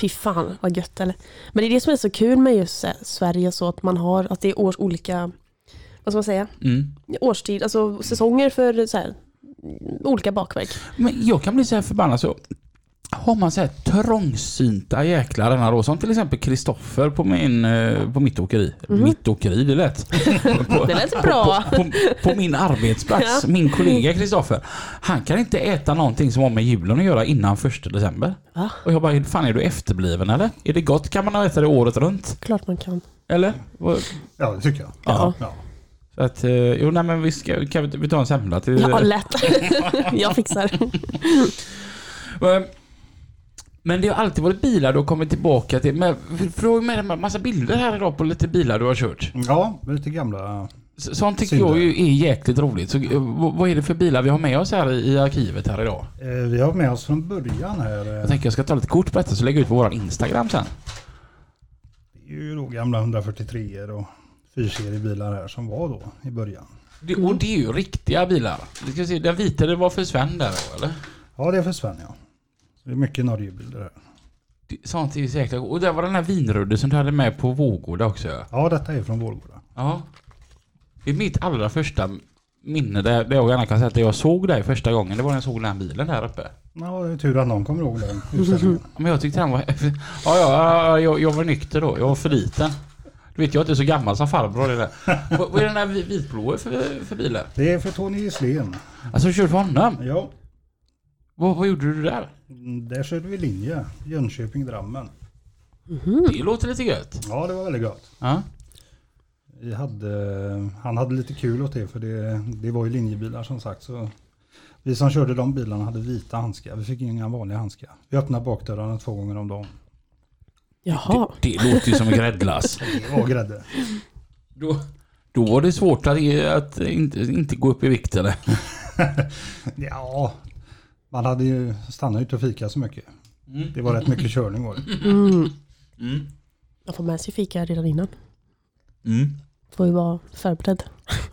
[SPEAKER 1] Fy fan vad gött eller? Men det är det som är så kul med just eh, Sverige så att man har, att det är års olika, vad ska man säga,
[SPEAKER 2] Mm.
[SPEAKER 1] årstid, alltså säsonger för så här, olika bakverk.
[SPEAKER 2] Men jag kan bli så här förbannad så har man så här trångsynta jäklar denna då, som till exempel Kristoffer på, min, eh, på mitt åkeri. Mitt åkeri, det lät. på,
[SPEAKER 1] Det lät bra.
[SPEAKER 2] på, på, på min arbetsplats,
[SPEAKER 1] Ja.
[SPEAKER 2] min kollega Kristoffer. Han kan inte äta någonting som har med julen att göra innan första december.
[SPEAKER 1] Va?
[SPEAKER 2] Och jag bara, fan är du efterbliven eller? Är det gott kan man äta det året runt?
[SPEAKER 1] Klart man kan.
[SPEAKER 2] Eller? Vad-
[SPEAKER 3] Ja, det tycker jag.
[SPEAKER 1] Ja.
[SPEAKER 3] Ja.
[SPEAKER 2] Så att, eh, jo nej men vi ska, kan vi, vi ta en semla till...
[SPEAKER 1] Ja, lätt. jag fixar.
[SPEAKER 2] Eh, Men det har alltid varit bilar du har kommit tillbaka till. Men, för för du har ju med en massa bilder här idag på lite bilar du har kört.
[SPEAKER 3] Ja, lite gamla.
[SPEAKER 2] Så- Sånt tycker
[SPEAKER 3] Synd.
[SPEAKER 2] jag ju är jäkligt roligt. Så, eh, vad vad är det för bilar vi har med oss här i i arkivet här idag?
[SPEAKER 3] Eh, Vi har med oss från början här.
[SPEAKER 2] Jag
[SPEAKER 3] eh,
[SPEAKER 2] tänker jag ska ta lite kort på detta så lägger jag ut på våran Instagram sen.
[SPEAKER 3] Det är ju då gamla 143 och fyrseriebilar här som var då i början.
[SPEAKER 2] Det, och det är ju riktiga bilar. Vi ska se, den vita det var för Sven där då, eller?
[SPEAKER 3] Ja, det försvann ja. Så det är mycket Norgebilder här.
[SPEAKER 2] Det- Sånt är ju säkert. Och där var den här vinrudde som du hade med på Vårgårda också.
[SPEAKER 3] Ja, detta är från Vårgårda.
[SPEAKER 2] Ja. Det är mitt allra första minne där, där jag gärna kan säga att jag såg dig första gången. Det var när jag såg den här bilen här uppe.
[SPEAKER 3] Ja, det är tur att någon kommer ihåg den utställningen.
[SPEAKER 2] Ja, Men jag tyckte den var... Ja, ja, ja jag, jag var nykter då. Jag var för liten. Du vet, jag är inte så gammal som farbror. Det där. Vad vad är den där vi- vitblåa för, för bilen?
[SPEAKER 3] Det är för Tony Gisslén.
[SPEAKER 2] Alltså, du körde för honom?
[SPEAKER 3] Ja,
[SPEAKER 2] Vad, vad gjorde du där?
[SPEAKER 3] mm, där körde vi linje. Jönköping-Drammen.
[SPEAKER 2] Det låter lite gött.
[SPEAKER 3] Ja, det var väldigt gott.
[SPEAKER 2] Ja.
[SPEAKER 3] Vi hade, han hade lite kul åt det för det, det var ju linjebilar som sagt. Så vi som körde de bilarna hade vita handskar. Vi fick inga vanliga handskar. Vi öppnade bakdörrarna två gånger om dagen.
[SPEAKER 1] Jaha.
[SPEAKER 2] Det, det låter ju som en gräddlass.
[SPEAKER 3] Det var grädde.
[SPEAKER 2] Då, då var det svårt att, att inte, inte gå upp i vikt eller?
[SPEAKER 3] Ja, man hade ju stannat ju inte och fika så mycket. Det var rätt mycket körning var det.
[SPEAKER 1] Mm.
[SPEAKER 2] Mm.
[SPEAKER 1] Jag får med sig fika redan innan.
[SPEAKER 2] Mm.
[SPEAKER 1] Får ju vara förberedd.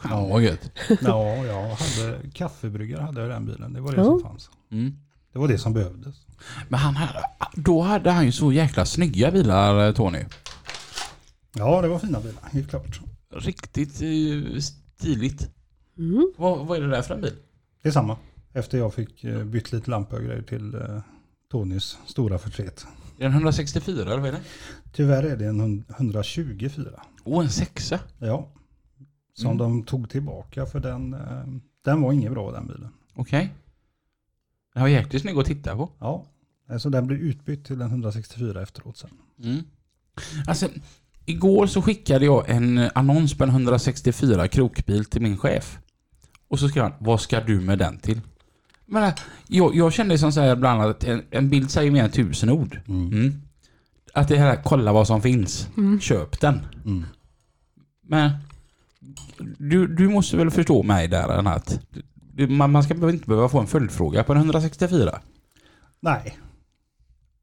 [SPEAKER 2] Fan vad gött.
[SPEAKER 3] Ja, jag hade kaffebryggare hade jag i den bilen. Det var det
[SPEAKER 1] Ja.
[SPEAKER 3] som fanns.
[SPEAKER 2] Mm.
[SPEAKER 3] Det var det som behövdes.
[SPEAKER 2] Men han hade, då hade han ju så jäkla snygga bilar eh, Tony.
[SPEAKER 3] Ja, det var fina bilar, helt klart.
[SPEAKER 2] Riktigt eh, stiligt.
[SPEAKER 1] Mm.
[SPEAKER 2] Vad, vad är det där för en bil?
[SPEAKER 3] Det är samma. Efter jag fick eh, bytt lite lampor och grejer till eh, Tonys stora förtret.
[SPEAKER 2] Är den 164 eller vad är det?
[SPEAKER 3] Tyvärr är det en hund- 124.
[SPEAKER 2] Åh, en sexa.
[SPEAKER 3] Ja. Som
[SPEAKER 2] Mm.
[SPEAKER 3] de tog tillbaka för den, eh, den var inget bra den bilen.
[SPEAKER 2] Okej. Den var jäkligt snygg att titta på.
[SPEAKER 3] Ja. Eh, Så den blev utbytt till en 164 efteråt sen.
[SPEAKER 2] Alltså, igår så skickade jag en annons på en 164 krokbil till min chef. Och så skrev han, vad ska du med den till? Men, äh, jag, jag kände som så här bland annat, en, en bild säger mer än tusen ord. Mm. Att det här, kolla vad som finns, köp den.
[SPEAKER 3] Mm.
[SPEAKER 2] Men du, du måste väl förstå mig där än att du- man, man ska behöva- inte behöva få en följdfråga på en 164.
[SPEAKER 3] Nej.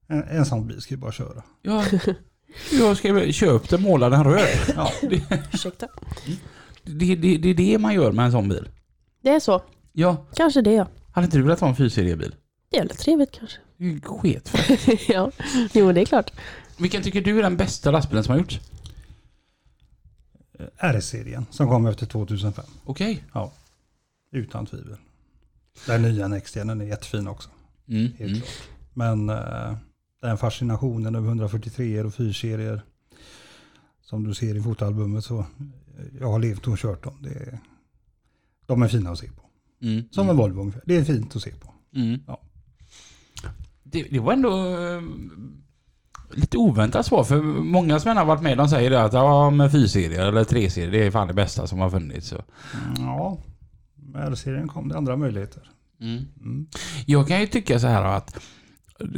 [SPEAKER 3] En, en sån bil ska ju bara köra.
[SPEAKER 2] Ja, jag skrev köp den, måla den röd.
[SPEAKER 3] Ja.
[SPEAKER 1] Ursäkta.
[SPEAKER 2] Det, det, det är det man gör med en sån bil.
[SPEAKER 1] Det är så.
[SPEAKER 2] Ja,
[SPEAKER 1] Kanske det ja.
[SPEAKER 2] hade inte du velat ha en fyrseriebil?
[SPEAKER 1] Det är väl trevligt kanske.
[SPEAKER 2] Det är ju sketfett.
[SPEAKER 1] ja. Jo det är klart.
[SPEAKER 2] Vilken tycker du är den bästa lastbilen som har gjorts?
[SPEAKER 3] Eh, R-serien som kom efter 2005.
[SPEAKER 2] Okej.
[SPEAKER 3] Ja, utan tvivel. Den nya NXT-en är jättefin också,
[SPEAKER 2] Mm.
[SPEAKER 3] helt
[SPEAKER 2] Mm.
[SPEAKER 3] klart. Men eh, den fascinationen över 143 och 4-serier som du ser i fotoalbumet så eh, jag har levt och kört dem. Det är, de är fina att se på.
[SPEAKER 2] Mm.
[SPEAKER 3] Som en Volvo ungefär. Det är fint att se på.
[SPEAKER 2] Mm.
[SPEAKER 3] Ja.
[SPEAKER 2] Det, det var ändå eh, lite oväntat svar för många som har varit med de säger det att ja, men fyrserier eller treserier det är fan det bästa som har funnits. Så.
[SPEAKER 3] Mm, Ja, med R-serien kom det andra möjligheter. Mm.
[SPEAKER 2] Jag kan ju tycka så här att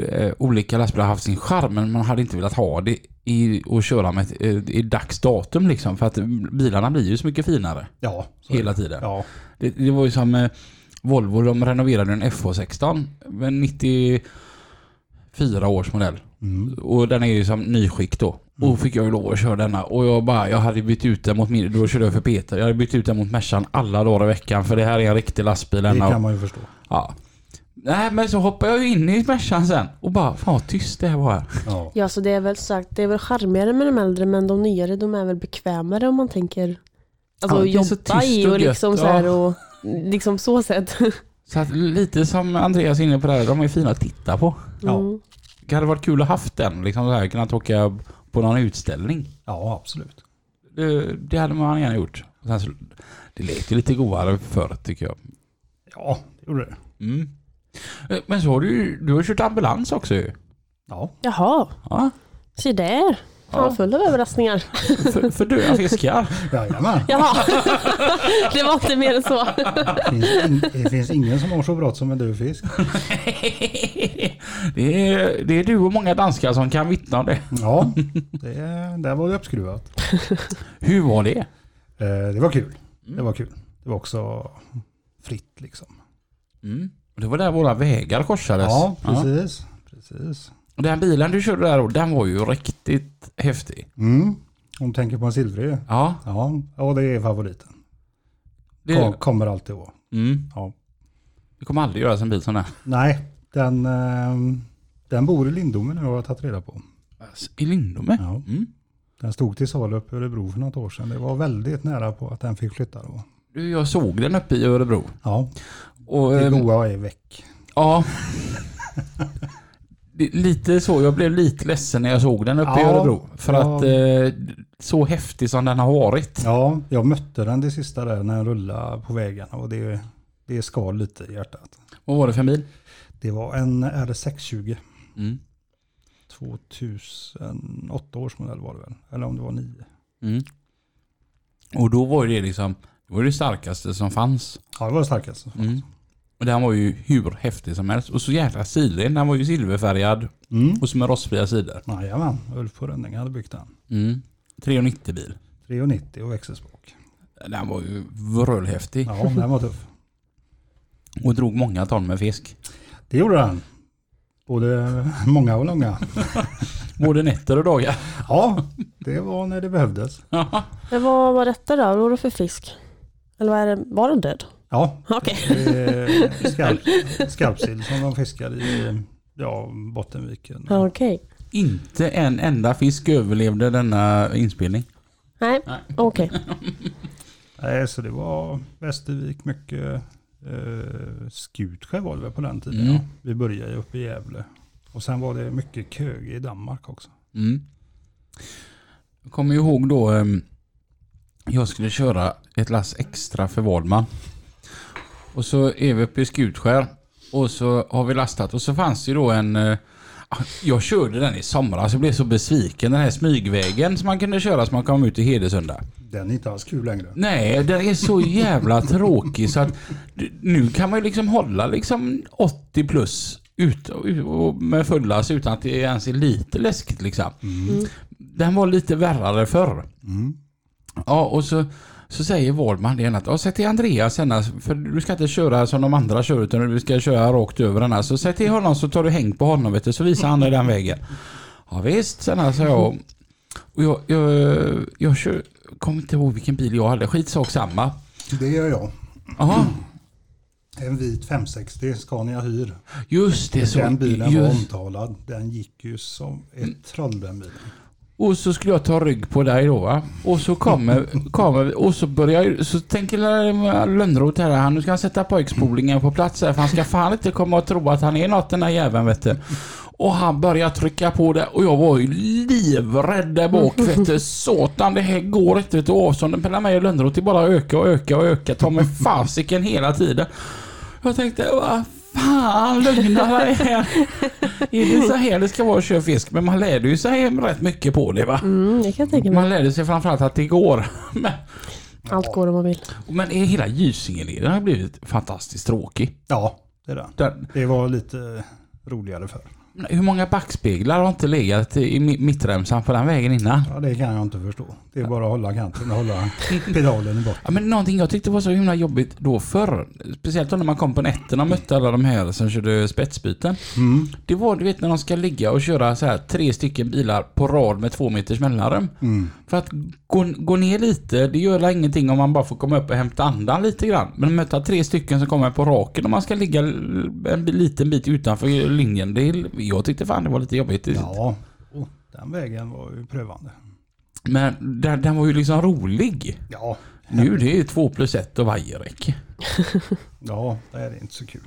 [SPEAKER 2] eh, olika lastbilar har haft sin charm men man hade inte velat ha det i, och köra med ett, eh, i dags datum liksom för att bilarna blir ju så mycket finare
[SPEAKER 3] Ja, så är
[SPEAKER 2] hela
[SPEAKER 3] det.
[SPEAKER 2] tiden.
[SPEAKER 3] Ja,
[SPEAKER 2] Det, det var ju som eh, Volvo, de renoverade en FH16 med 94 års modell.
[SPEAKER 3] mm.
[SPEAKER 2] Och den är ju som nyskick då. Och fick jag ju lov att köra denna. Och jag bara, jag hade bytt ut den mot min, då körde jag för Peter. Jag hade bytt ut den mot Mercan alla dagar i veckan. För det här är en riktig lastbil.
[SPEAKER 3] det
[SPEAKER 2] denna.
[SPEAKER 3] kan man ju förstå.
[SPEAKER 2] Ja. Nej men så hoppade jag ju in i Mercan sen. Och bara, fan vad tyst det här var. här.
[SPEAKER 3] Ja.
[SPEAKER 1] Ja så det är väl sagt, det är väl charmigare med de äldre men de nyare de är väl bekvämare om man tänker
[SPEAKER 2] Ja,
[SPEAKER 1] Alltså
[SPEAKER 2] det är så
[SPEAKER 1] jobba
[SPEAKER 2] tyst
[SPEAKER 1] i
[SPEAKER 2] och
[SPEAKER 1] och
[SPEAKER 2] gött,
[SPEAKER 1] liksom
[SPEAKER 2] ja.
[SPEAKER 1] så här och liksom så sätt.
[SPEAKER 2] Så att lite som Andreas är inne på det här, de är fina att titta på.
[SPEAKER 3] Ja.
[SPEAKER 1] Mm.
[SPEAKER 2] Det hade varit kul att haft den. Liksom så här, kunnat åka på någon utställning.
[SPEAKER 3] ja, absolut.
[SPEAKER 2] Det, det hade man gärna gjort. Och Sen så, det lät ju lite godare förr tycker jag.
[SPEAKER 3] Ja, det gjorde det.
[SPEAKER 2] Mm. Eh, Men så har du ju- du har kört ambulans också ju.
[SPEAKER 3] Ja.
[SPEAKER 1] Jaha,
[SPEAKER 2] Ja.
[SPEAKER 1] se där. Ja. Full av överraskningar.
[SPEAKER 2] För, för döda fiskar.
[SPEAKER 3] Jajamän.
[SPEAKER 1] Jaha, det var inte mer än så.
[SPEAKER 3] Det finns, in, det finns ingen som har så brått som en död fisk.
[SPEAKER 2] Det är, det är du och många danskar som kan vittna om det.
[SPEAKER 3] Ja, det, där var det uppskruvat.
[SPEAKER 2] Hur var det?
[SPEAKER 3] Eh, Det var kul. Det var kul. Det var också fritt liksom.
[SPEAKER 2] Mm. Det var där våra vägar korsades.
[SPEAKER 3] Ja, precis. precis.
[SPEAKER 2] Och Den bilen du körde där, den var ju riktigt häftig.
[SPEAKER 3] Mm. Om du tänker på en silvrig.
[SPEAKER 2] Ja,
[SPEAKER 3] Ja, ja, det är favoriten. Kom,
[SPEAKER 2] det,
[SPEAKER 3] kommer alltid vara.
[SPEAKER 2] mm,
[SPEAKER 3] Ja.
[SPEAKER 2] det kommer aldrig göras en bil sån där.
[SPEAKER 3] Nej, den, eh, den bor i Lindome nu har jag tagit reda på. Alltså,
[SPEAKER 2] I Lindome?
[SPEAKER 3] Ja.
[SPEAKER 2] Mm.
[SPEAKER 3] Den stod till salu uppe i Örebro för något år sedan. Det var väldigt nära på att den fick flytta då.
[SPEAKER 2] Du, jag såg den uppe i Örebro.
[SPEAKER 3] Ja,
[SPEAKER 2] Och,
[SPEAKER 3] det
[SPEAKER 2] ehm,
[SPEAKER 3] goa är väck.
[SPEAKER 2] Ja. Det- Lite så, jag blev lite ledsen när jag såg den uppe i
[SPEAKER 3] Ja,
[SPEAKER 2] Örebro. För
[SPEAKER 3] ja.
[SPEAKER 2] att eh, så häftig som den har varit.
[SPEAKER 3] Ja, jag mötte den det sista där när den rullade på vägarna och det, det skal lite i hjärtat.
[SPEAKER 2] Vad var det för bil?
[SPEAKER 3] Det var en R620.
[SPEAKER 2] Mm.
[SPEAKER 3] 2008 års modell var det väl? Eller om det var 9.
[SPEAKER 2] Mm. Och då var ju det liksom, det var det starkaste som fanns.
[SPEAKER 3] Ja, det var det starkaste.
[SPEAKER 2] Mm. Och den var ju hur häftig som helst. Och så jävla stilig. Den var ju silverfärgad
[SPEAKER 3] Mm.
[SPEAKER 2] och så med rostfria sidor.
[SPEAKER 3] Jajamän, Ulf på Rönning hade byggt den.
[SPEAKER 2] Mm. 390 bil.
[SPEAKER 3] 390 och växelspak.
[SPEAKER 2] Den var ju vrölhäftig.
[SPEAKER 3] Ja, den var tuff.
[SPEAKER 2] Och drog många ton med fisk.
[SPEAKER 3] Det gjorde den. Både många och långa.
[SPEAKER 2] Både nätter och dagar.
[SPEAKER 3] Ja, det var när det behövdes.
[SPEAKER 1] Men vad var detta då? Vad var det för fisk? Eller vad är det? var den död?
[SPEAKER 3] Ja,
[SPEAKER 1] Okej.
[SPEAKER 3] eh, skarp, skarpsill som de fiskar i ja, Bottenviken.
[SPEAKER 1] Ja, Okej.
[SPEAKER 2] Inte en enda fisk överlevde denna inspelning.
[SPEAKER 1] Nej,
[SPEAKER 2] Nej.
[SPEAKER 1] okej.
[SPEAKER 3] Nej, så det var Västervik mycket. Eh, Skutskär var det väl på den tiden.
[SPEAKER 2] Mm.
[SPEAKER 3] Ja. Vi började ju uppe i Gävle. Och sen var det mycket köge i Danmark också.
[SPEAKER 2] Mm. Jag kommer ju ihåg då ehm, jag skulle köra ett lass extra för Valman. Och så är vi uppe i Skutskär och så har vi lastat och så fanns det ju då en eh, ah, jag körde den i somras och blev så besviken. Den här smygvägen som man kunde köra så man kom ut i Hedesunda.
[SPEAKER 3] Den är inte alls kul längre.
[SPEAKER 2] Nej, den är så jävla tråkig så att d- nu kan man ju liksom hålla liksom 80 plus ut, och med fullass utan att det ens är lite läskigt liksom. Den var lite värre förr. Ja, och så, så säger Wårdman det ena att "Ja, sätt till Andreas denna, för du ska inte köra som de andra kör utan du ska köra rakt över den här. Så sätt till honom så tar du häng på honom vet du, så visar han dig den vägen. Ja visst, sen här sa jag. Och jag, jag, jag kör, kommer inte ihåg vilken bil jag hade, skitsak samma.
[SPEAKER 3] Det gör jag.
[SPEAKER 2] Jaha,
[SPEAKER 3] En vit 560 Scania Hyr.
[SPEAKER 2] just det. Så,
[SPEAKER 3] Den bilen var
[SPEAKER 2] just,
[SPEAKER 3] omtalad. Den gick ju som
[SPEAKER 2] Mm.
[SPEAKER 3] ett troll den bilen.
[SPEAKER 2] och så skulle jag ta rygg på dig då va. Och så kommer, kommer och så börjar jag, eh, så tänker Lönnroth här, han nu ska han sätta pojkspolingen på plats här för han ska fan inte komma och tro att han är något den här jäveln vet du. Och han börjar trycka på det och jag var ju livrädd där bak vet du. Satan det här går inte vet du. Avstånden mellan mig och Lönnroth är bara öka och öka och öka. Ta mig fasiken hela tiden. Jag tänkte, vad fan lugna dig här. Är det så här det ska vara att köra fisk? Men man lärde ju sig rätt mycket på det va?
[SPEAKER 1] Mm, det kan jag tänka mig.
[SPEAKER 2] Man lärde sig framförallt att det går. Men,
[SPEAKER 1] Allt går om man vill.
[SPEAKER 2] men är hela Gysingeleden har blivit fantastiskt tråkig.
[SPEAKER 3] Ja, det är den.
[SPEAKER 2] Den,
[SPEAKER 3] Det var lite roligare förr.
[SPEAKER 2] hur många backspeglar har inte legat i mi- mittremsan på den vägen innan?
[SPEAKER 3] Ja, det kan jag inte förstå. Det är bara att hålla kanten och hålla pedalen i botten.
[SPEAKER 2] Ja, men någonting jag tyckte var så himla jobbigt då förr, speciellt då när man kom på nätterna och mötte alla de här som körde spetsbyten.
[SPEAKER 3] Mm.
[SPEAKER 2] Det var du vet när de ska ligga och köra så här tre stycken bilar på rad med två meters mellanrum.
[SPEAKER 3] Mm.
[SPEAKER 2] För att gå, gå ner lite, det gör ingenting om man bara får komma upp och hämta andan lite grann. Men möta tre stycken som kommer på raken om man ska ligga l- en liten bit utanför linjen. Det, är- jag tyckte fan det var lite jobbigt.
[SPEAKER 3] Ja, och den vägen var ju prövande.
[SPEAKER 2] Men den, den var ju liksom rolig.
[SPEAKER 3] Ja,
[SPEAKER 2] Nu det är två plus ett och vajerräck.
[SPEAKER 3] ja det är inte så kul.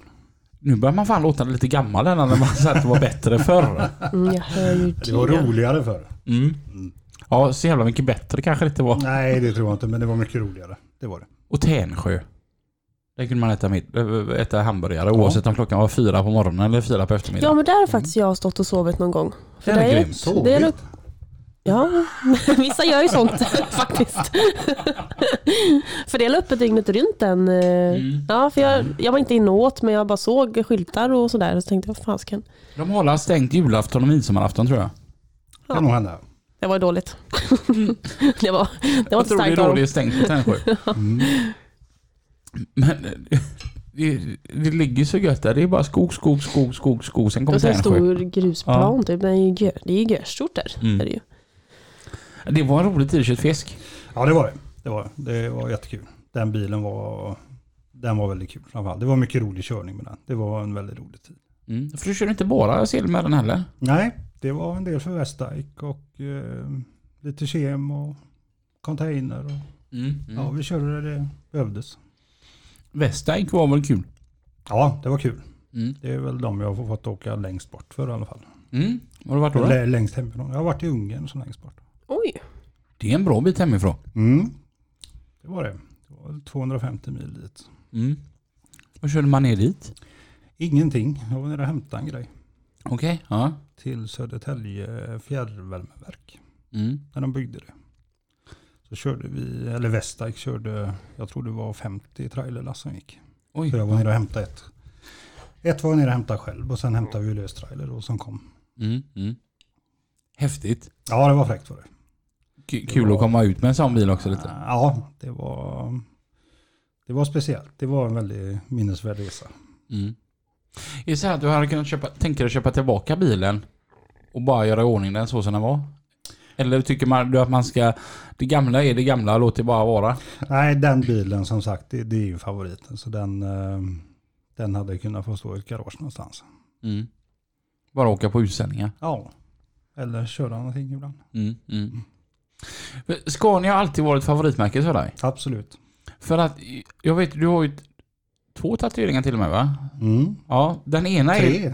[SPEAKER 2] Nu börjar man fan låta lite gammal än när man sa att det var bättre förr.
[SPEAKER 1] Mm, jag hör ju
[SPEAKER 3] Det var
[SPEAKER 1] det.
[SPEAKER 3] roligare förr.
[SPEAKER 2] Mm. Ja, så jävla mycket bättre kanske det inte var.
[SPEAKER 3] Nej, det tror jag inte, men det var mycket roligare. Det var det.
[SPEAKER 2] Och Tänsjö. Där kunde man äta, mid- äh, äta hamburgare
[SPEAKER 3] Ja.
[SPEAKER 2] oavsett om klockan var fyra på morgonen eller fyra på
[SPEAKER 1] Ja,
[SPEAKER 2] eftermiddagen.
[SPEAKER 1] men där har faktiskt jag stått och sovit någon gång. För
[SPEAKER 2] Den är
[SPEAKER 1] det,
[SPEAKER 2] grym.
[SPEAKER 1] är, det är nog Ja, vissa gör ju sånt faktiskt. för det är öppet dygnet runt den. eh,
[SPEAKER 2] Mm.
[SPEAKER 1] Ja, för jag, jag var inte inåt men jag bara såg skyltar och sådär. Så tänkte jag, vad fasken.
[SPEAKER 2] De har alla stängt julafton och midsommarafton tror jag.
[SPEAKER 3] Kan nog hända.
[SPEAKER 1] Det var ju dåligt. det var, det var
[SPEAKER 2] Jag
[SPEAKER 1] inte
[SPEAKER 2] tror det är
[SPEAKER 1] starkt av
[SPEAKER 2] då
[SPEAKER 1] dem.
[SPEAKER 2] det är stängt på Tännsjö.
[SPEAKER 3] Mm.
[SPEAKER 2] Men eh, det, det ligger så gött där. Det är bara skog, skog, skog, skog, skog. Sen kommer
[SPEAKER 1] Och så en
[SPEAKER 2] Tännsjö.
[SPEAKER 1] stor grusplan typ. Den är ju gö- Det är ju görstort där.
[SPEAKER 2] Mm.
[SPEAKER 1] Är det ju.
[SPEAKER 2] Det var en rolig tid att köra fisk.
[SPEAKER 3] Ja, det var det. Det var, det. det var jättekul. Den bilen var, den var väldigt kul framförallt. Det var mycket rolig körning med den. Det var en väldigt rolig tid.
[SPEAKER 2] Mm. För du körde inte bara sill med den heller?
[SPEAKER 3] Nej, det var en del för Västdike och eh, lite kem och container.
[SPEAKER 1] Mm.
[SPEAKER 3] Och, Ja, vi körde där det behövdes.
[SPEAKER 2] Västdike var väl kul?
[SPEAKER 3] Ja, det var kul. Det är väl de jag har fått åka längst bort för i alla fall.
[SPEAKER 2] Mm. Har du varit då?
[SPEAKER 3] Eller längst hemifrån. Jag har varit i Ungern så längst bort.
[SPEAKER 1] Oj.
[SPEAKER 2] Det är en bra bit hemifrån.
[SPEAKER 3] Mm. Det var det. Det var väl 250 mil dit.
[SPEAKER 2] Mm. Och körde man ner dit?
[SPEAKER 3] Ingenting. Jag var nere och hämtade en grej.
[SPEAKER 2] Okej. Ja.
[SPEAKER 3] Till Södertälje fjärrvärmeverk.
[SPEAKER 2] Mm.
[SPEAKER 3] När de byggde det. Så körde vi, eller Västark körde, jag tror det var 50 trailerlass som gick.
[SPEAKER 2] Oj.
[SPEAKER 3] Så jag var nere och hämtade ett. Ett var jag nere och hämtade själv och sen hämtade vi lös trailer då som kom.
[SPEAKER 2] Mm. Mm. Häftigt.
[SPEAKER 3] Ja det var fräckt var det.
[SPEAKER 2] K- kul att komma ut med en sån bil också lite.
[SPEAKER 3] Ja det var, det var speciellt. Det var en väldigt minnesvärd resa.
[SPEAKER 2] Mm. Är det så här att du hade kunnat köpa, tänka dig att köpa tillbaka bilen och bara göra i ordning den så som den var? Eller tycker man du att man ska, det gamla är det gamla, låt det bara vara?
[SPEAKER 3] Nej, den bilen som sagt, det, det är ju favoriten. Så den, eh, den hade kunnat få stå i ett garage någonstans.
[SPEAKER 2] Mm. Bara åka på utställningar?
[SPEAKER 3] Ja, eller köra någonting ibland.
[SPEAKER 2] Mm. Mm. Men Scania har alltid varit favoritmärket för dig.
[SPEAKER 3] Absolut.
[SPEAKER 2] För att, jag vet, du har ju t- två tatueringar till och med va?
[SPEAKER 3] Mm.
[SPEAKER 2] Ja, den ena är...
[SPEAKER 3] Tre,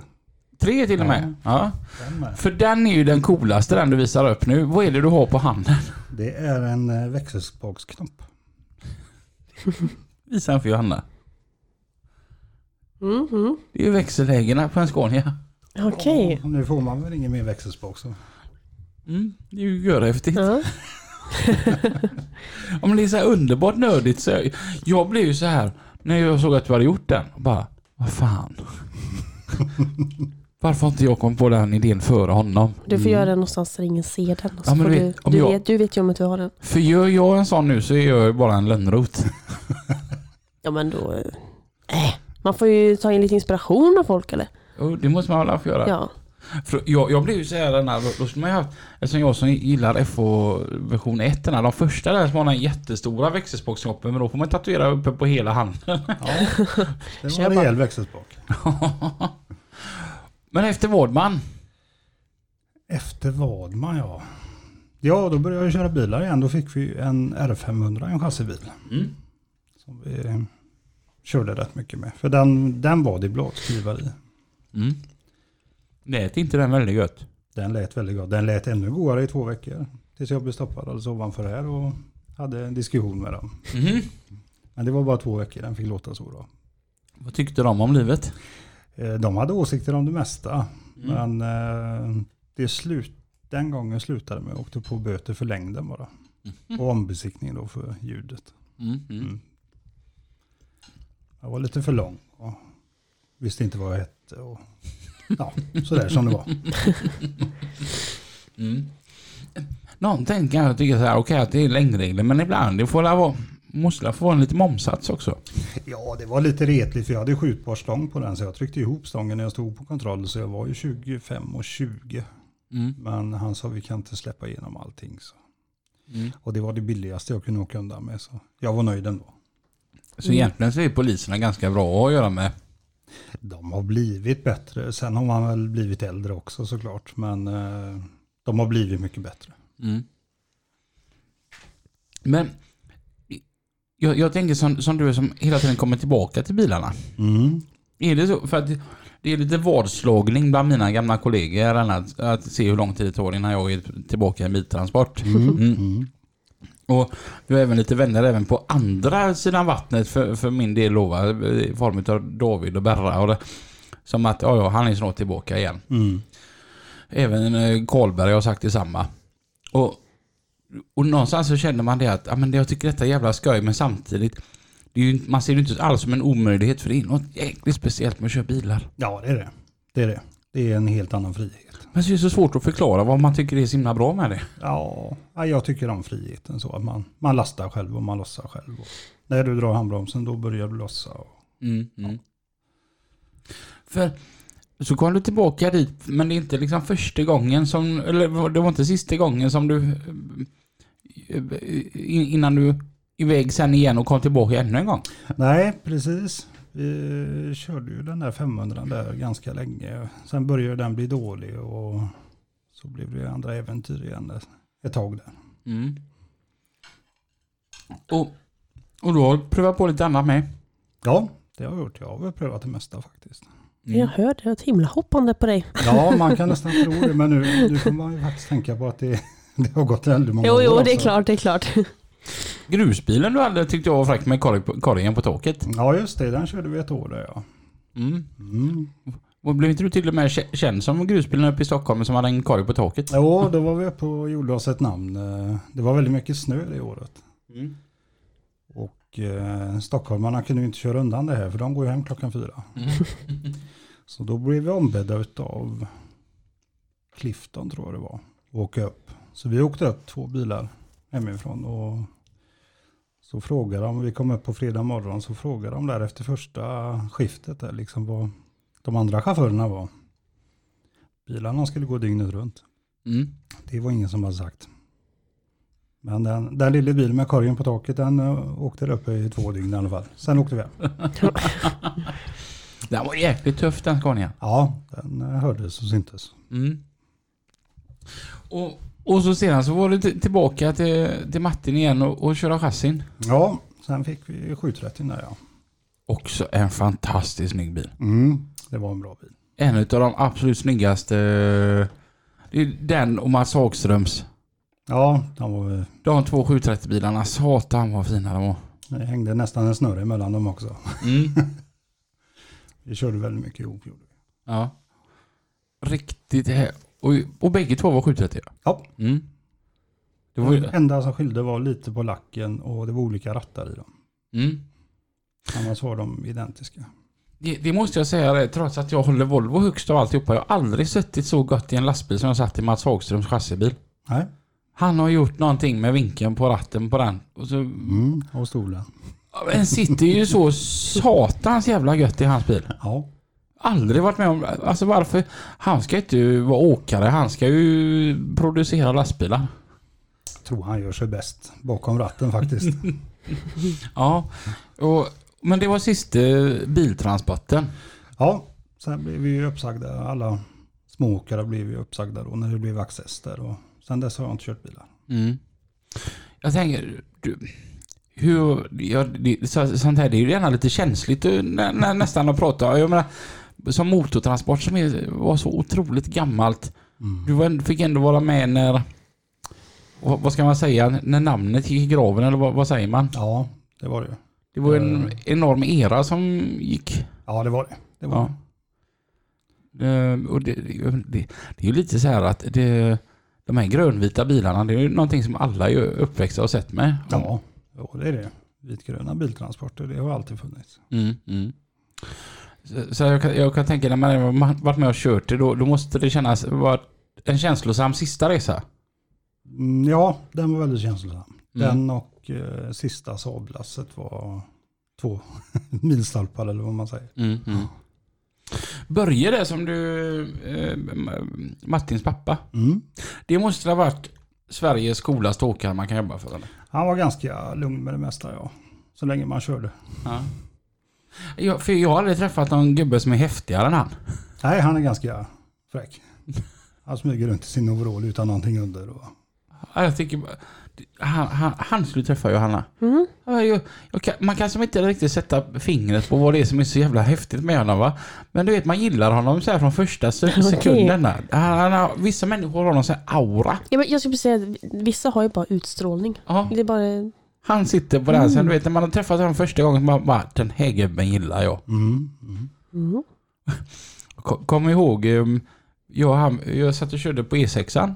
[SPEAKER 2] Tre till och
[SPEAKER 3] Ja.
[SPEAKER 2] med? Ja.
[SPEAKER 3] den med.
[SPEAKER 2] För den är ju den coolaste, den du visar upp nu. Vad är det du har på handen?
[SPEAKER 3] Det är en eh, växelspaksknopp.
[SPEAKER 2] Visa den för Johanna.
[SPEAKER 1] Mhm.
[SPEAKER 2] Det är ju växellägena på en Scania.
[SPEAKER 1] Okej.
[SPEAKER 3] Ja, Nu får man väl ingen mer växelspak. Så.
[SPEAKER 2] Mm, det är ju görhäftigt.
[SPEAKER 1] Ja.
[SPEAKER 2] Ja, men det är så här underbart nördigt. Så jag, jag blev ju så här när jag såg att du hade gjort den. Bara, vad fan. Varför har inte jag kommit på den idén före honom?
[SPEAKER 1] Du får göra den någonstans där ingen ser den. och Så
[SPEAKER 2] Mm. Ja, men
[SPEAKER 1] får
[SPEAKER 2] du
[SPEAKER 1] du,
[SPEAKER 2] vet, om
[SPEAKER 1] du,
[SPEAKER 2] jag-
[SPEAKER 1] vet, du vet ju om att du har den.
[SPEAKER 2] För gör jag en sån nu så är jag ju bara en lönnrot.
[SPEAKER 1] Ja men då... eh, Äh, man får ju ta in lite inspiration av folk eller?
[SPEAKER 2] Jo, Det måste man väl få göra.
[SPEAKER 1] Ja.
[SPEAKER 2] För jag, jag blev ju så här, den här, då, då skulle man ju haft, eftersom jag som gillar FH version 1, den här, de första där som har den jättestora växelspaksknoppen, men då får man tatuera uppe på hela handen.
[SPEAKER 3] Ja, det var
[SPEAKER 1] Kör
[SPEAKER 3] en
[SPEAKER 1] bara.
[SPEAKER 3] rejäl växelspak.
[SPEAKER 2] men efter Vårdman,
[SPEAKER 3] Efter Vadman ja. Ja, då började jag köra bilar igen. Då fick vi ju en R500, en chassibil.
[SPEAKER 2] Mm.
[SPEAKER 3] Som vi eh, körde rätt mycket med. För den, den var det blåskrivar i.
[SPEAKER 2] Mm. Lät inte den väldigt gött?
[SPEAKER 3] Den lät väldigt god. Den lät ännu godare i två veckor. Tills jag blev stoppad alldeles ovanför här och hade en diskussion med dem.
[SPEAKER 2] Mm.
[SPEAKER 3] Men det var bara två veckor den fick låta så då.
[SPEAKER 2] Vad tyckte de om livet?
[SPEAKER 3] Eh, De hade åsikter om det mesta.
[SPEAKER 2] Mm.
[SPEAKER 3] Men eh, det slut, den gången slutade med att jag åkte på böter för längden bara. Och ombesiktning då för ljudet.
[SPEAKER 2] Mm. Mm.
[SPEAKER 3] Mm. Jag var lite för lång och visste inte vad jag hette. Och, ja, sådär som det var.
[SPEAKER 2] Mm. Någonting kan jag tycka så här, okej att det är längdregler, men ibland det får la vara, måste la få vara en liten momsats också.
[SPEAKER 3] Ja, det var lite retligt för jag hade skjutbar stång på den så jag tryckte ihop stången när jag stod på kontroll så jag var ju 25 och 20.
[SPEAKER 2] Mm.
[SPEAKER 3] Men han sa vi kan inte släppa igenom allting. Så.
[SPEAKER 2] Mm.
[SPEAKER 3] Och det var det billigaste jag kunde åka undan med så jag var nöjd ändå.
[SPEAKER 2] Så egentligen så är poliserna ganska bra att göra med.
[SPEAKER 3] De har blivit bättre, sen har man väl blivit äldre också såklart men eh, de har blivit mycket bättre.
[SPEAKER 2] Mm. Men jag, jag tänker som, som du som hela tiden kommer tillbaka till bilarna.
[SPEAKER 3] Mm.
[SPEAKER 2] Är det så? För att det är lite vadslagning bland mina gamla kollegor än att, att se hur lång tid det tar innan jag är tillbaka i en biltransport. Mm.
[SPEAKER 3] Mm.
[SPEAKER 2] Och vi har även lite vänner även på andra sidan vattnet för, för min del då, va? i form av David och Berra. Och det, som att ja, ja, han är snart tillbaka igen.
[SPEAKER 3] Mm.
[SPEAKER 2] Även eh, Karlberg har sagt detsamma. Och, och någonstans så känner man det att ja, men jag tycker detta är jävla skoj men samtidigt det är ju, man ser det inte alls som en omöjlighet för det är något jäkligt speciellt med att köra bilar.
[SPEAKER 3] Ja, det är det. Det är det. Det är en helt annan frihet.
[SPEAKER 2] Men så är det så svårt att förklara vad man tycker är så himla bra med det.
[SPEAKER 3] Ja, ja, jag tycker om friheten så att man, man lastar själv och man lossar själv. Och när du drar handbromsen då börjar du lossa. Och,
[SPEAKER 2] Mm, mm. För så kom du tillbaka dit, men det är inte liksom första gången som, eller var- det var inte sista gången som du, eh, in- innan du iväg sen igen och kom tillbaka ännu en gång.
[SPEAKER 3] Nej, precis. Vi körde ju den där 500 där ganska länge. Sen började den bli dålig och så blev det andra äventyr igen ett tag där.
[SPEAKER 2] Och, och du har prövat på lite annat med.
[SPEAKER 3] Ja, det har jag gjort. Jag har väl prövat det mesta faktiskt.
[SPEAKER 2] Mm.
[SPEAKER 1] Jag hörde, det var ett himla hoppande på dig.
[SPEAKER 3] Ja, man kan nästan tro det, men nu, nu får man ju faktiskt tänka på att det, det har gått väldigt många
[SPEAKER 1] Jo,
[SPEAKER 3] år. alltså.
[SPEAKER 1] jo, det är
[SPEAKER 3] också.
[SPEAKER 1] klart, det är klart.
[SPEAKER 2] Grusbilen du hade tyckte jag var fräck med korg- korgen på taket.
[SPEAKER 3] Ja, just det. Den körde vi ett år där ja. Mm.
[SPEAKER 2] Och blev inte du till och med kä- känd som grusbilen uppe i Stockholm som hade en korg på taket?
[SPEAKER 3] Jo, då var vi uppe och gjorde oss ett namn. Eh, Det var väldigt mycket snö det året. Och eh, stockholmarna kunde ju inte köra undan det här för de går ju hem klockan fyra.
[SPEAKER 2] Mm.
[SPEAKER 3] Så då blev vi ombedda utav Clifton tror jag det var. att Åka upp. Så vi åkte upp två bilar hemifrån. Och så frågade de, vi kom upp på fredag morgon, så frågade de där efter första skiftet där liksom vad de andra chaufförerna var. Bilarna skulle gå dygnet runt.
[SPEAKER 2] Mm.
[SPEAKER 3] Det var ingen som hade sagt. Men den, den lilla bilen med korgen på taket, den eh, åkte där uppe i två dygn i alla fall. Sen åkte vi hem.
[SPEAKER 2] Den var jäkligt tuff den Scania.
[SPEAKER 3] Ja, den eh, hördes och syntes.
[SPEAKER 2] Mm. Och, och så sedan så var du t- tillbaka till, till Martin igen och, och köra chassin.
[SPEAKER 3] Ja, sen fick vi 730 där ja.
[SPEAKER 2] Också en fantastiskt snygg bil.
[SPEAKER 3] Mm, det var en bra bil.
[SPEAKER 2] En av de absolut snyggaste. eh, Det är den och Mats Hagströms.
[SPEAKER 3] Ja, den var,
[SPEAKER 2] De två 730 bilarna. Satan vad fina de var.
[SPEAKER 3] det hängde nästan en snurre mellan dem också.
[SPEAKER 2] Mm.
[SPEAKER 3] Vi körde väldigt mycket ihop. Gjorde vi.
[SPEAKER 2] Ja. Riktigt här. Och, och bägge två var 730
[SPEAKER 3] Ja. Mm.
[SPEAKER 2] Mm. Det var ju...
[SPEAKER 3] Det enda som skilde var lite på lacken och det var olika rattar i dem.
[SPEAKER 2] Mm.
[SPEAKER 3] Annars var de identiska.
[SPEAKER 2] Det, det måste jag säga det, trots att jag håller Volvo högst av alltihopa. Jag har aldrig suttit så gott i en lastbil som jag satt i Mats Hagströms chassibil.
[SPEAKER 3] Nej,
[SPEAKER 2] Han har gjort någonting med vinkeln på ratten på den. Och så,
[SPEAKER 3] mm, och stolen.
[SPEAKER 2] Ja, den sitter ju så satans jävla gött i hans bil.
[SPEAKER 3] Ja,
[SPEAKER 2] Aldrig varit med om... Alltså varför? Han ska inte vara åkare. Han ska ju producera lastbilar.
[SPEAKER 3] jag tror han gör sig bäst bakom ratten faktiskt.
[SPEAKER 2] Ja. Och, men det var sista biltransporten.
[SPEAKER 3] Ja, sen blev vi ju uppsagda. Alla smååkare blev ju uppsagda då när det blev access där. Och sen dess har jag inte kört bilar.
[SPEAKER 2] Mm. Jag tänker, du, hur, ja, det, så, sånt här det är ju gärna lite känsligt du, nä, nä, nästan att prata. Jag menar, som motortransport som är, var så otroligt gammalt. Du var, fick ändå vara med när, vad, vad ska man säga, när namnet gick i graven eller vad, vad säger man?
[SPEAKER 3] Ja, det var det ju.
[SPEAKER 2] Det var en enorm era som gick.
[SPEAKER 3] Ja, Eh. det var det. det, var
[SPEAKER 2] Ja. Ehm, och det, det, det, det är ju lite så här att det, de här grönvita bilarna, det är ju någonting som alla är ju uppväxta och sett med.
[SPEAKER 3] det. Ja, ja, det är det. Vitgröna biltransporter, det har alltid funnits.
[SPEAKER 2] Mm, mm. Så, så jag, kan, jag kan tänka när man har varit med och kört det, då, då måste det kännas vara en känslosam sista resa.
[SPEAKER 3] Mm, ja, den var väldigt känslosam.
[SPEAKER 2] Mm.
[SPEAKER 3] Den och eh, sista sablasset var två milstolpar eller vad man säger.
[SPEAKER 2] Mm, mm. Börje det som du, eh, Ma- Martins pappa,
[SPEAKER 3] Mm.
[SPEAKER 2] det måste ha varit Sveriges coolaste åkare man kan jobba för eller?
[SPEAKER 3] Han var ganska lugn med det mesta, ja. Så länge man körde.
[SPEAKER 2] Ja. Jag, för jag har aldrig träffat någon gubbe som är häftigare än han.
[SPEAKER 3] Nej, han är ganska fräck. Han smyger runt i sin overall utan någonting under. Och...
[SPEAKER 2] Ja, Jag tycker bara- han, han, han skulle träffa Johanna. Ja, Jag, jag kan, man kan som inte riktigt sätta fingret på vad det är som är så jävla häftigt med honom va. Men du vet man gillar honom så här från första se- sekunden. Han, han har, vissa människor har någon sån här aura.
[SPEAKER 1] Ja, men jag skulle säga att vissa har ju bara utstrålning.
[SPEAKER 2] Ja,
[SPEAKER 1] Det är bara...
[SPEAKER 2] han sitter på den här sen du vet när man har träffat honom första gången så man bara den här gubben gillar jag.
[SPEAKER 3] Mm, mm.
[SPEAKER 2] Ko- Kom ihåg, ehm, jag, och han- jag satt och körde på E6an. E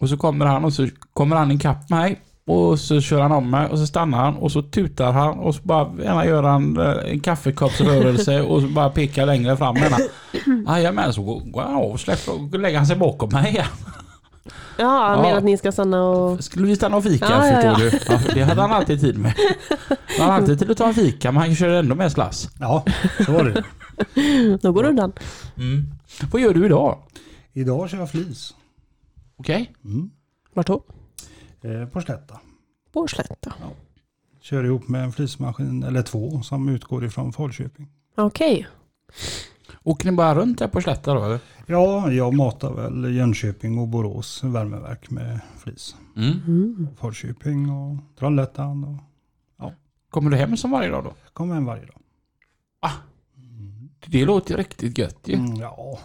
[SPEAKER 2] Och så kommer han och så kommer han ikapp mig. Och så kör han om mig och så stannar han och så tutar han och så bara ena gör han eh, en kaffekoppsrörelse och så bara pekar längre fram med ena. Jajamän, så går går han av och släpper och lägger han sig bakom mig igen.
[SPEAKER 1] Ja, han
[SPEAKER 2] Ja.
[SPEAKER 1] menar att ni ska stanna och...
[SPEAKER 2] Skulle vi stanna och fika
[SPEAKER 1] Ja, ja,
[SPEAKER 2] förstår
[SPEAKER 1] ja.
[SPEAKER 2] du. Ja, det hade han alltid tid med. Han hade alltid tid att ta en fika men han körde ändå med slass.
[SPEAKER 3] Ja, så var det.
[SPEAKER 1] Mm, Då går det undan.
[SPEAKER 2] Vad gör du idag?
[SPEAKER 3] Idag kör jag flis.
[SPEAKER 2] Okej?
[SPEAKER 3] Mm.
[SPEAKER 1] Vart då?
[SPEAKER 3] Eh, på Slätta.
[SPEAKER 1] På Slätta.
[SPEAKER 3] Kör ihop med en flismaskin eller två som utgår ifrån Falköping.
[SPEAKER 1] Okej.
[SPEAKER 2] Åker ni bara runt där på Slätta då eller?
[SPEAKER 3] Ja, jag matar väl Jönköping och Borås värmeverk med flis.
[SPEAKER 1] Mm.
[SPEAKER 3] Falköping och Trollhättan och
[SPEAKER 2] Kommer du hem som varje dag då?
[SPEAKER 3] kommer hem varje dag.
[SPEAKER 2] Det låter ju riktigt gött ju.
[SPEAKER 3] Mm, ja,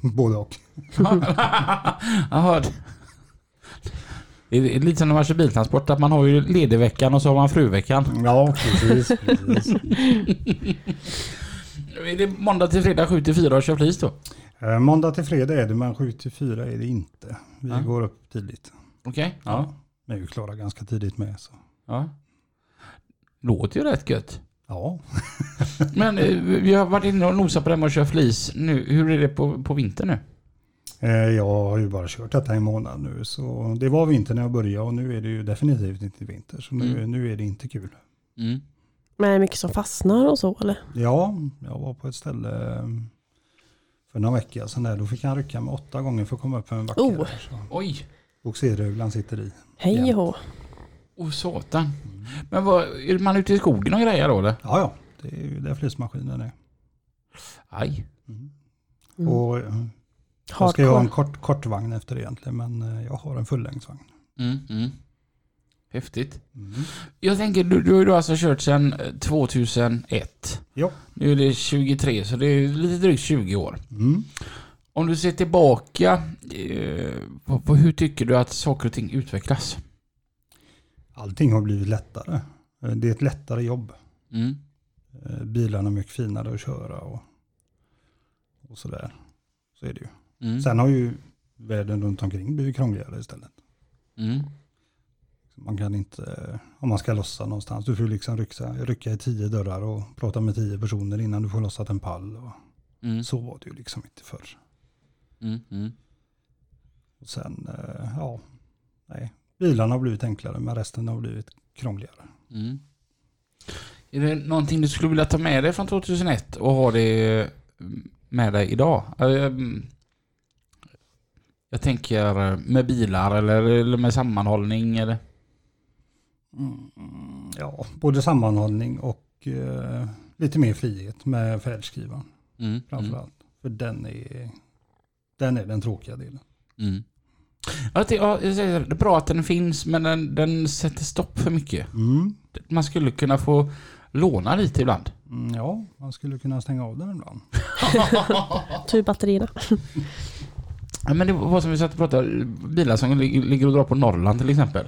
[SPEAKER 3] både och.
[SPEAKER 2] Jaha. Det är lite som när man kör biltransport, att man har ju ledig-veckan och så har man fruveckan.
[SPEAKER 3] Ja, precis. precis.
[SPEAKER 2] Är det måndag till fredag 7 till 4 och kör flis då?
[SPEAKER 3] Eh, Måndag till fredag är det, men 7 till 4 är det inte. Vi
[SPEAKER 2] Ja.
[SPEAKER 3] går upp tidigt.
[SPEAKER 2] Okej. Ja.
[SPEAKER 3] Men vi är klara ganska tidigt med. Så.
[SPEAKER 2] ja. Låter ju rätt gött.
[SPEAKER 3] Ja,
[SPEAKER 2] Men eh, vi har varit inne och nosat på det här med att köra flis nu. Hur är det på, på vintern nu?
[SPEAKER 3] Eh, Jag har ju bara kört detta i en månad nu. Så det var vinter när jag började och nu är det ju definitivt inte vinter. Så nu,
[SPEAKER 2] Mm.
[SPEAKER 3] nu är det inte kul.
[SPEAKER 1] Men är det mycket som fastnar och så eller?
[SPEAKER 3] Ja, jag var på ett ställe eh, för några veckor sedan där. Då fick han rycka med åtta gånger för att komma upp för en backe.
[SPEAKER 1] Oh.
[SPEAKER 3] där, så
[SPEAKER 2] Oj,
[SPEAKER 3] Boxerhöglan sitter i.
[SPEAKER 1] Hej
[SPEAKER 3] Ja.
[SPEAKER 1] och
[SPEAKER 2] oh satan. Men vad, är man ute i skogen och grejer då eller?
[SPEAKER 3] Ja, ja, det är ju där flismaskinen är.
[SPEAKER 2] Aj.
[SPEAKER 1] Mm.
[SPEAKER 3] Och eh, jag ska ju ha en
[SPEAKER 1] Hardcore.
[SPEAKER 3] kort, kort vagn efter det egentligen, men eh, jag har en fullängdsvagn.
[SPEAKER 2] Mm, mm. Häftigt.
[SPEAKER 3] Mm.
[SPEAKER 2] Jag tänker, du, du har ju då alltså kört sedan eh, 2001.
[SPEAKER 3] Ja.
[SPEAKER 2] Nu är det 23, så det är lite drygt 20 år.
[SPEAKER 3] Mm.
[SPEAKER 2] Om du ser tillbaka, eh, på, på hur tycker du att saker och ting utvecklas?
[SPEAKER 3] Allting har blivit lättare. Eh, Det är ett lättare jobb.
[SPEAKER 2] Mm.
[SPEAKER 3] Eh, Bilarna är mycket finare att köra och, och sådär. Så är det ju.
[SPEAKER 2] Mm.
[SPEAKER 3] Sen har ju världen runt omkring blivit krångligare istället.
[SPEAKER 2] Mm.
[SPEAKER 3] Man kan inte, eh, om man ska lossa någonstans, du får ju liksom rycka, rycka i tio dörrar och prata med tio personer innan du får lossat en pall. Och
[SPEAKER 2] Mm.
[SPEAKER 3] så var det ju liksom inte förr.
[SPEAKER 2] Mm. Mm.
[SPEAKER 3] Och sen, eh, ja, nej. Bilarna har blivit enklare men resten har blivit krångligare.
[SPEAKER 2] Mm. Är det någonting du skulle vilja ta med dig från 2001 och ha det eh, med dig idag? Eh, Jag tänker eh, med bilar eller, eller med sammanhållning eller?
[SPEAKER 3] Mm, ja, både sammanhållning och eh, lite mer frihet med färdskrivaren.
[SPEAKER 2] Mm. Mm.
[SPEAKER 3] framförallt. För den är, den är den tråkiga delen.
[SPEAKER 2] Mm. Jag ty- ja, jag säger, det är bra att den finns men den, den sätter stopp för mycket. Man skulle kunna få låna lite ibland.
[SPEAKER 3] Mm, ja, man skulle kunna stänga av den ibland.
[SPEAKER 1] Tur batterierna.
[SPEAKER 2] Ja, men det var som vi satt och pratade, bilar som lig- ligger och drar på Norrland till exempel.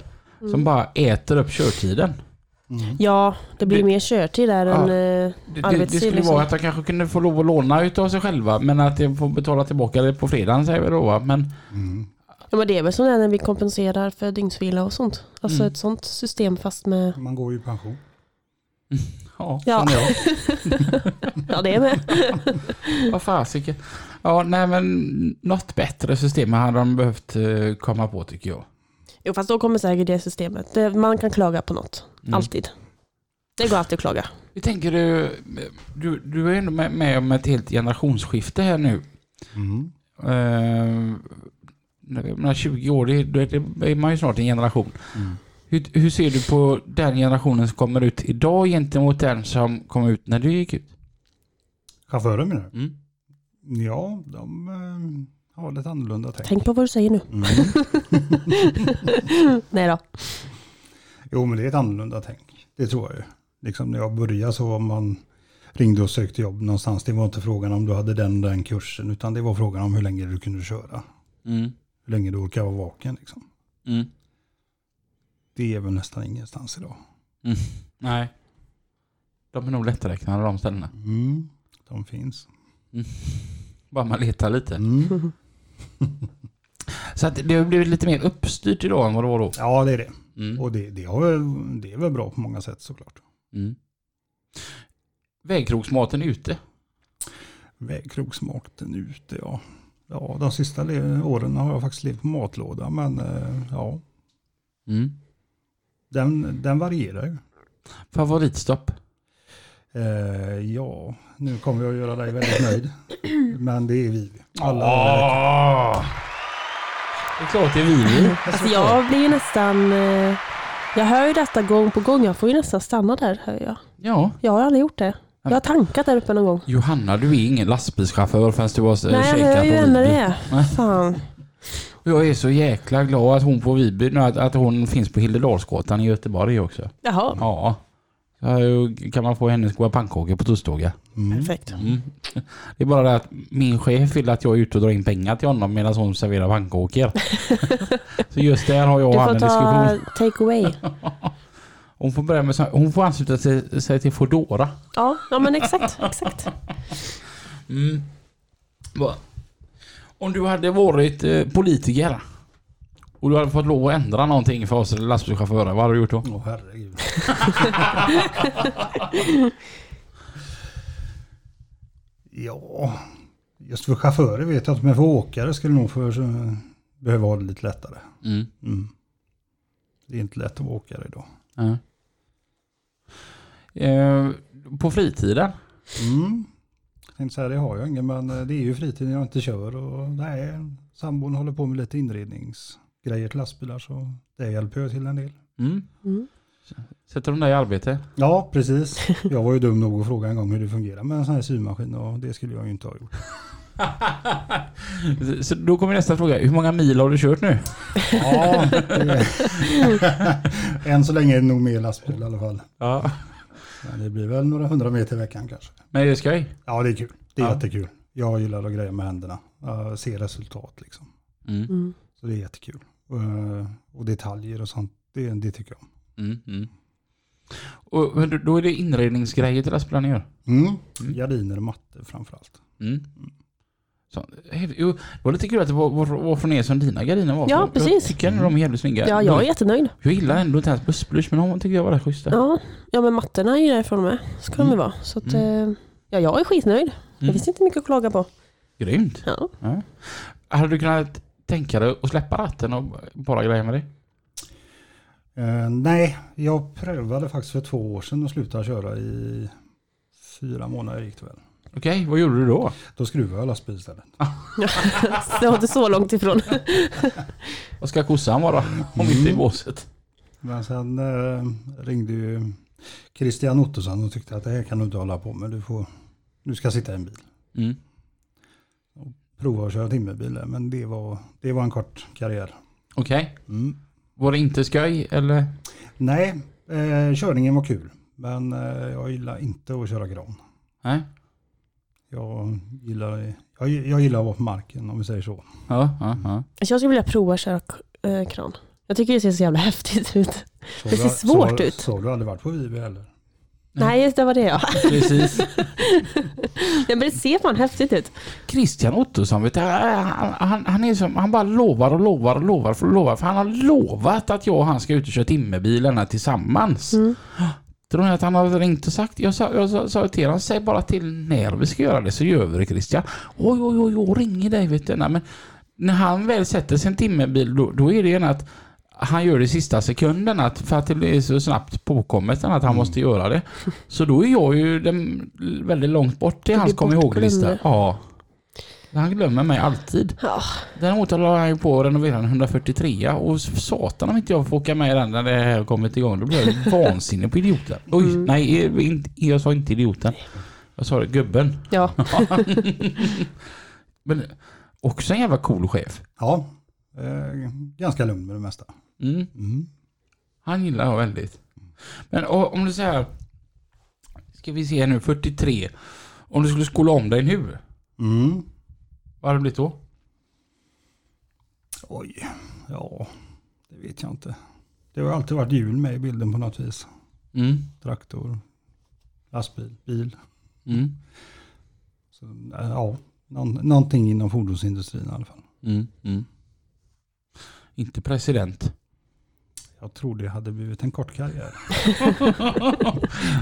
[SPEAKER 2] Som bara äter upp körtiden.
[SPEAKER 3] Mm.
[SPEAKER 1] Ja, det blir
[SPEAKER 2] Det-
[SPEAKER 1] mer körtid där
[SPEAKER 2] Ja.
[SPEAKER 1] än... eh,
[SPEAKER 2] Det, det, det
[SPEAKER 1] Arbetstid,
[SPEAKER 2] skulle
[SPEAKER 1] liksom.
[SPEAKER 2] vara att de kanske kunde få lov att låna utav sig själva men att de får betala tillbaka det på fredagen säger vi då va. Men
[SPEAKER 3] Mm.
[SPEAKER 1] Ja men det är väl som det är när vi kompenserar för dygnsvila och sånt. Alltså
[SPEAKER 2] Mm.
[SPEAKER 1] ett sånt system fast med...
[SPEAKER 3] Man går ju i pension.
[SPEAKER 2] ja,
[SPEAKER 1] Ja,
[SPEAKER 3] Som jag.
[SPEAKER 1] ja det är med.
[SPEAKER 2] vad fasiken. Ja, nej men något bättre system hade de behövt eh, komma på tycker jag.
[SPEAKER 1] Jo fast då kommer säkert det systemet. Det, man kan klaga på något.
[SPEAKER 2] Mm.
[SPEAKER 1] Alltid. Det går alltid att klaga.
[SPEAKER 2] Hur tänker du? Du, du är ändå med, med om ett helt generationsskifte här nu.
[SPEAKER 3] Mm.
[SPEAKER 2] Eh, när vi- när 20 år, det, då är det- är man ju snart en generation. Hur, hur ser du på den generationen som kommer ut idag gentemot den som kom ut när du gick ut?
[SPEAKER 3] Chaufförer menar
[SPEAKER 2] Mm.
[SPEAKER 3] du? Ja, de eh, har lite annorlunda tänk.
[SPEAKER 1] Tänk på vad du säger nu.
[SPEAKER 3] Mm.
[SPEAKER 1] Nej då.
[SPEAKER 3] Jo, men det är ett annorlunda tänk. Det tror jag ju. Liksom när jag började så var man ringde och sökte jobb någonstans. Det var inte frågan om du hade den den kursen, utan det var frågan om hur länge du kunde köra.
[SPEAKER 2] Mm.
[SPEAKER 3] Hur länge du orkar vara vaken liksom.
[SPEAKER 2] Mm.
[SPEAKER 3] Det är väl nästan ingenstans idag.
[SPEAKER 2] Nej. De är nog lätträknade de ställena.
[SPEAKER 3] Mm. De
[SPEAKER 2] Mm.
[SPEAKER 3] finns.
[SPEAKER 1] Mm.
[SPEAKER 2] Bara man letar lite.
[SPEAKER 3] Mm.
[SPEAKER 2] Så att det har blivit lite mer uppstyrt idag än vad det var då.
[SPEAKER 3] Ja, det är det.
[SPEAKER 2] Mm.
[SPEAKER 3] Och det, det, har, väl- det är väl bra på många sätt såklart.
[SPEAKER 2] Mm. Vägkrogsmaten ute.
[SPEAKER 3] Vägkrogsmaten ute, ja. Ja, de sista le- åren har jag faktiskt levt på matlåda, men eh, ja,
[SPEAKER 2] Mm.
[SPEAKER 3] den, den varierar ju.
[SPEAKER 2] Favoritstopp.
[SPEAKER 3] Eh, ja, nu kommer jag att göra dig väldigt nöjd. Men det är vi.
[SPEAKER 1] Ah!
[SPEAKER 2] Åh! Det är klart det är vi.
[SPEAKER 1] Alltså jag blir ju nästan... eh, Jag hör ju detta gång på gång. Jag får ju nästan stanna där, hör jag.
[SPEAKER 2] Ja.
[SPEAKER 1] Jag har aldrig gjort det. Jag har tankat där uppe någon gång.
[SPEAKER 2] Johanna, du är ingen lastbilschaufför förrän du har eh,
[SPEAKER 1] Nej, jag
[SPEAKER 2] checkat
[SPEAKER 1] hör ju
[SPEAKER 2] på
[SPEAKER 1] ändå
[SPEAKER 2] Viby.
[SPEAKER 1] det. Fan.
[SPEAKER 2] Och Jag är så jäkla glad att hon på Viby, nu, att, att hon finns på Hildedalsgatan i Göteborg också.
[SPEAKER 1] Jaha,
[SPEAKER 2] Ja. Så här ju- kan man få hennes goda pannkakor på torsdagar.
[SPEAKER 3] Mm.
[SPEAKER 1] perfekt.
[SPEAKER 2] Mm. Det är bara det att min chef vill att jag är ute och drar in pengar till honom medan hon serverar pannkakor. så just där har jag
[SPEAKER 1] Du
[SPEAKER 2] och han en
[SPEAKER 1] får ta
[SPEAKER 2] diskussion.
[SPEAKER 1] take away.
[SPEAKER 2] Hon får, börja med, så- hon får ansluta sig, sig till Foodora.
[SPEAKER 1] Ja, ja men exakt. exakt.
[SPEAKER 2] Mm. Va? Om du hade varit eh, politiker och du hade fått lov att ändra någonting för oss lastbilschaufförer, vad hade du gjort då?
[SPEAKER 3] Åh herregud. ja, just för chaufförer vet jag inte, men för åkare skulle nog för, behöva ha det lite lättare.
[SPEAKER 2] Mm.
[SPEAKER 3] Mm. Det är inte lätt att vara åkare idag.
[SPEAKER 2] Ja. Eh, på fritiden?
[SPEAKER 3] Mm. Jag tänkte säga det har jag ingen, men eh, det är ju fritiden jag inte kör. Och nej, sambon håller på med lite inredningsgrejer till lastbilar så det hjälper jag till en del.
[SPEAKER 2] Mm.
[SPEAKER 1] Mm.
[SPEAKER 2] Sätter de dig i arbete?
[SPEAKER 3] Ja, precis. Jag var ju dum nog att fråga en gång hur det fungerar med en sån här symaskin och det skulle jag ju inte ha gjort.
[SPEAKER 2] Så då kommer nästa fråga. Hur många mil har du kört nu?
[SPEAKER 3] Ja, det- än så länge är det nog mer lastbil i alla fall.
[SPEAKER 2] Ja.
[SPEAKER 3] Men det blir väl några hundra meter i veckan kanske.
[SPEAKER 2] Men det är skoj.
[SPEAKER 3] Ja, det är kul. Det är
[SPEAKER 2] Ja.
[SPEAKER 3] jättekul. Jag gillar att greja med händerna. Uh, se resultat liksom.
[SPEAKER 2] Mm.
[SPEAKER 1] Mm.
[SPEAKER 3] Så det är jättekul. Eh, och detaljer och sånt, det, det tycker jag om.
[SPEAKER 2] Mm. Mm. Och, men då- då är det inredningsgrejer till lastbilar ni gör?
[SPEAKER 3] Mm.
[SPEAKER 2] Mm.
[SPEAKER 3] Gardiner och mattor framförallt.
[SPEAKER 2] Mm. Så, hev- jo, det var lite kul att det var, var, var från er som dina gardiner var.
[SPEAKER 1] Ja,
[SPEAKER 2] Jag- Jag
[SPEAKER 1] precis.
[SPEAKER 2] tycker ändå de är jävligt snygga.
[SPEAKER 1] Ja, jag är jättenöjd.
[SPEAKER 2] jag gillar ändå inte ens bussblush, men de tyckte jag var rätt schyssta.
[SPEAKER 1] Ja, ja men mattorna är ju därifrån med. Ska de ju vara. Så att, eh, ja, jag är skitnöjd. Det
[SPEAKER 2] Mm.
[SPEAKER 1] finns inte mycket att klaga på.
[SPEAKER 2] Grymt.
[SPEAKER 1] Ja.
[SPEAKER 2] Ja. Hade du kunnat tänka dig att släppa ratten och bara greja med det?
[SPEAKER 3] Eh, nej, jag prövade faktiskt för två år sedan att sluta köra i fyra månader gick det väl.
[SPEAKER 2] Okej, vad gjorde du då?
[SPEAKER 3] Då skruvade jag lastbil istället.
[SPEAKER 1] Så det var inte så långt ifrån.
[SPEAKER 2] Vad ska kossan vara om
[SPEAKER 1] Mm.
[SPEAKER 2] inte i båset?
[SPEAKER 3] Men sen eh, ringde ju Christian Ottosson och tyckte att det här kan du inte hålla på med. Du, får, du ska sitta i en bil.
[SPEAKER 2] Mm.
[SPEAKER 3] Prova att köra timmerbil där, men det var, det var en kort karriär.
[SPEAKER 2] Okej,
[SPEAKER 3] Mm.
[SPEAKER 2] var det inte skoj eller?
[SPEAKER 3] Nej, eh, körningen var kul. Men eh, jag gillar inte att köra gran.
[SPEAKER 2] Nej.
[SPEAKER 3] Jag gillar, jag, jag gillar att vara på marken om vi säger så.
[SPEAKER 2] Ja, ja, ja.
[SPEAKER 1] Alltså, jag skulle vilja prova att köra k- eh, kran. Jag tycker det ser så jävla häftigt ut. Det
[SPEAKER 3] så du-
[SPEAKER 1] ser svårt
[SPEAKER 3] så,
[SPEAKER 1] ut.
[SPEAKER 3] Så har du aldrig varit på Viby heller.
[SPEAKER 1] Nej, det var det ja.
[SPEAKER 2] Precis.
[SPEAKER 1] Nej, men det ser fan häftigt ut.
[SPEAKER 2] Christian Ottosson, vet du, han, han, han, är som, han bara lovar och lovar och lovar för lovar. För han har lovat att jag och han ska ut och köra timmerbilarna tillsammans. Tror ni att han har ringt och sagt? Jag sa, jag sa, sa till honom, säg bara till när vi ska göra det så gör vi det Christian. Oj, oj, oj, jag ringer dig vet du. Nej, men när han väl sätter sin timmerbil då, då är det gärna att han gör det i sista sekunden att för att det är så snabbt påkommet att han
[SPEAKER 1] Mm.
[SPEAKER 2] måste göra det. Så då är jag ju den, väldigt långt bort i
[SPEAKER 1] Du
[SPEAKER 2] hans
[SPEAKER 1] blir
[SPEAKER 2] kom ihåg-lista.
[SPEAKER 1] bortglömd.
[SPEAKER 2] Ja. Han glömmer mig alltid.
[SPEAKER 1] Ja.
[SPEAKER 2] Däremot la han ju på och renoverade en 143 och satan om inte jag får åka med i den när det här har kommit igång. Då blir jag ju vansinnig på idioten. Oj,
[SPEAKER 1] Mm.
[SPEAKER 2] nej, eh, inte- jag sa inte idioten. Jag sa det, gubben.
[SPEAKER 1] Ja,
[SPEAKER 2] Men också en jävla cool chef.
[SPEAKER 3] Ja, eh, ganska lugn med det mesta.
[SPEAKER 2] Mm.
[SPEAKER 3] Mm.
[SPEAKER 2] Han gillar jag väldigt. Men och, om du säger Ska vi se nu, 43. Om du skulle skola om dig nu,
[SPEAKER 3] Mm.
[SPEAKER 2] vad hade det blivit då?
[SPEAKER 3] Oj, ja, det vet jag inte. Det har alltid varit hjul med i bilden på något vis.
[SPEAKER 2] Mm.
[SPEAKER 3] Traktor, lastbil, bil.
[SPEAKER 2] Mm.
[SPEAKER 3] Så, eh, ja, någon, någonting inom fordonsindustrin i alla fall.
[SPEAKER 2] Mm. Mm. Inte president.
[SPEAKER 3] Jag tror det hade blivit en kort karriär.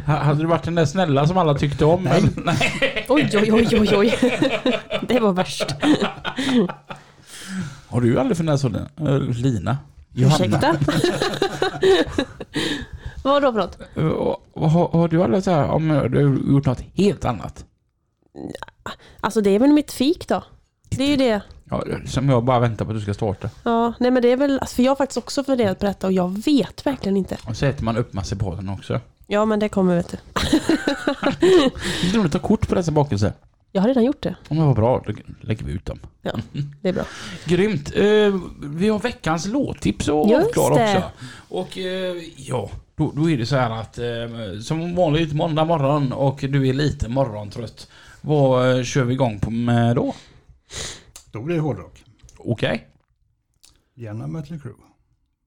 [SPEAKER 2] Hade du varit den där snälla som alla tyckte om?
[SPEAKER 3] Nej.
[SPEAKER 2] eller? Nej.
[SPEAKER 1] Oj, oj, oj, oj, oj. Det var värst.
[SPEAKER 2] Har du aldrig funderat så? eh, Lina?
[SPEAKER 1] Ursäkta? Vad då för något?
[SPEAKER 2] Eh, och- och Har, har du aldrig så här, om du har gjort något helt annat?
[SPEAKER 1] Alltså det är väl mitt fik då? Det är ju det.
[SPEAKER 2] Ja, som jag bara väntar på att du ska starta.
[SPEAKER 1] Ja, nej men det är väl, alltså, för jag har faktiskt också funderat på detta och jag vet verkligen inte.
[SPEAKER 2] Och så äter man upp marsipanen också.
[SPEAKER 1] Ja men det kommer vet du.
[SPEAKER 2] Det är roligt att ta kort på dessa bakelser.
[SPEAKER 1] Jag har redan gjort det.
[SPEAKER 2] Om det var bra, då lägger vi ut dem.
[SPEAKER 1] Det är bra.
[SPEAKER 2] Grymt. Eh, vi har veckans låttips att
[SPEAKER 1] Just
[SPEAKER 2] avklara
[SPEAKER 1] det.
[SPEAKER 2] också. Och eh, ja, då, då är det så här att eh, som vanligt måndag morgon och du är lite morgontrött. Vad eh, kör vi igång på med då?
[SPEAKER 3] Då blir det hårdrock.
[SPEAKER 2] Okej.
[SPEAKER 3] Gärna Mötley Crüe.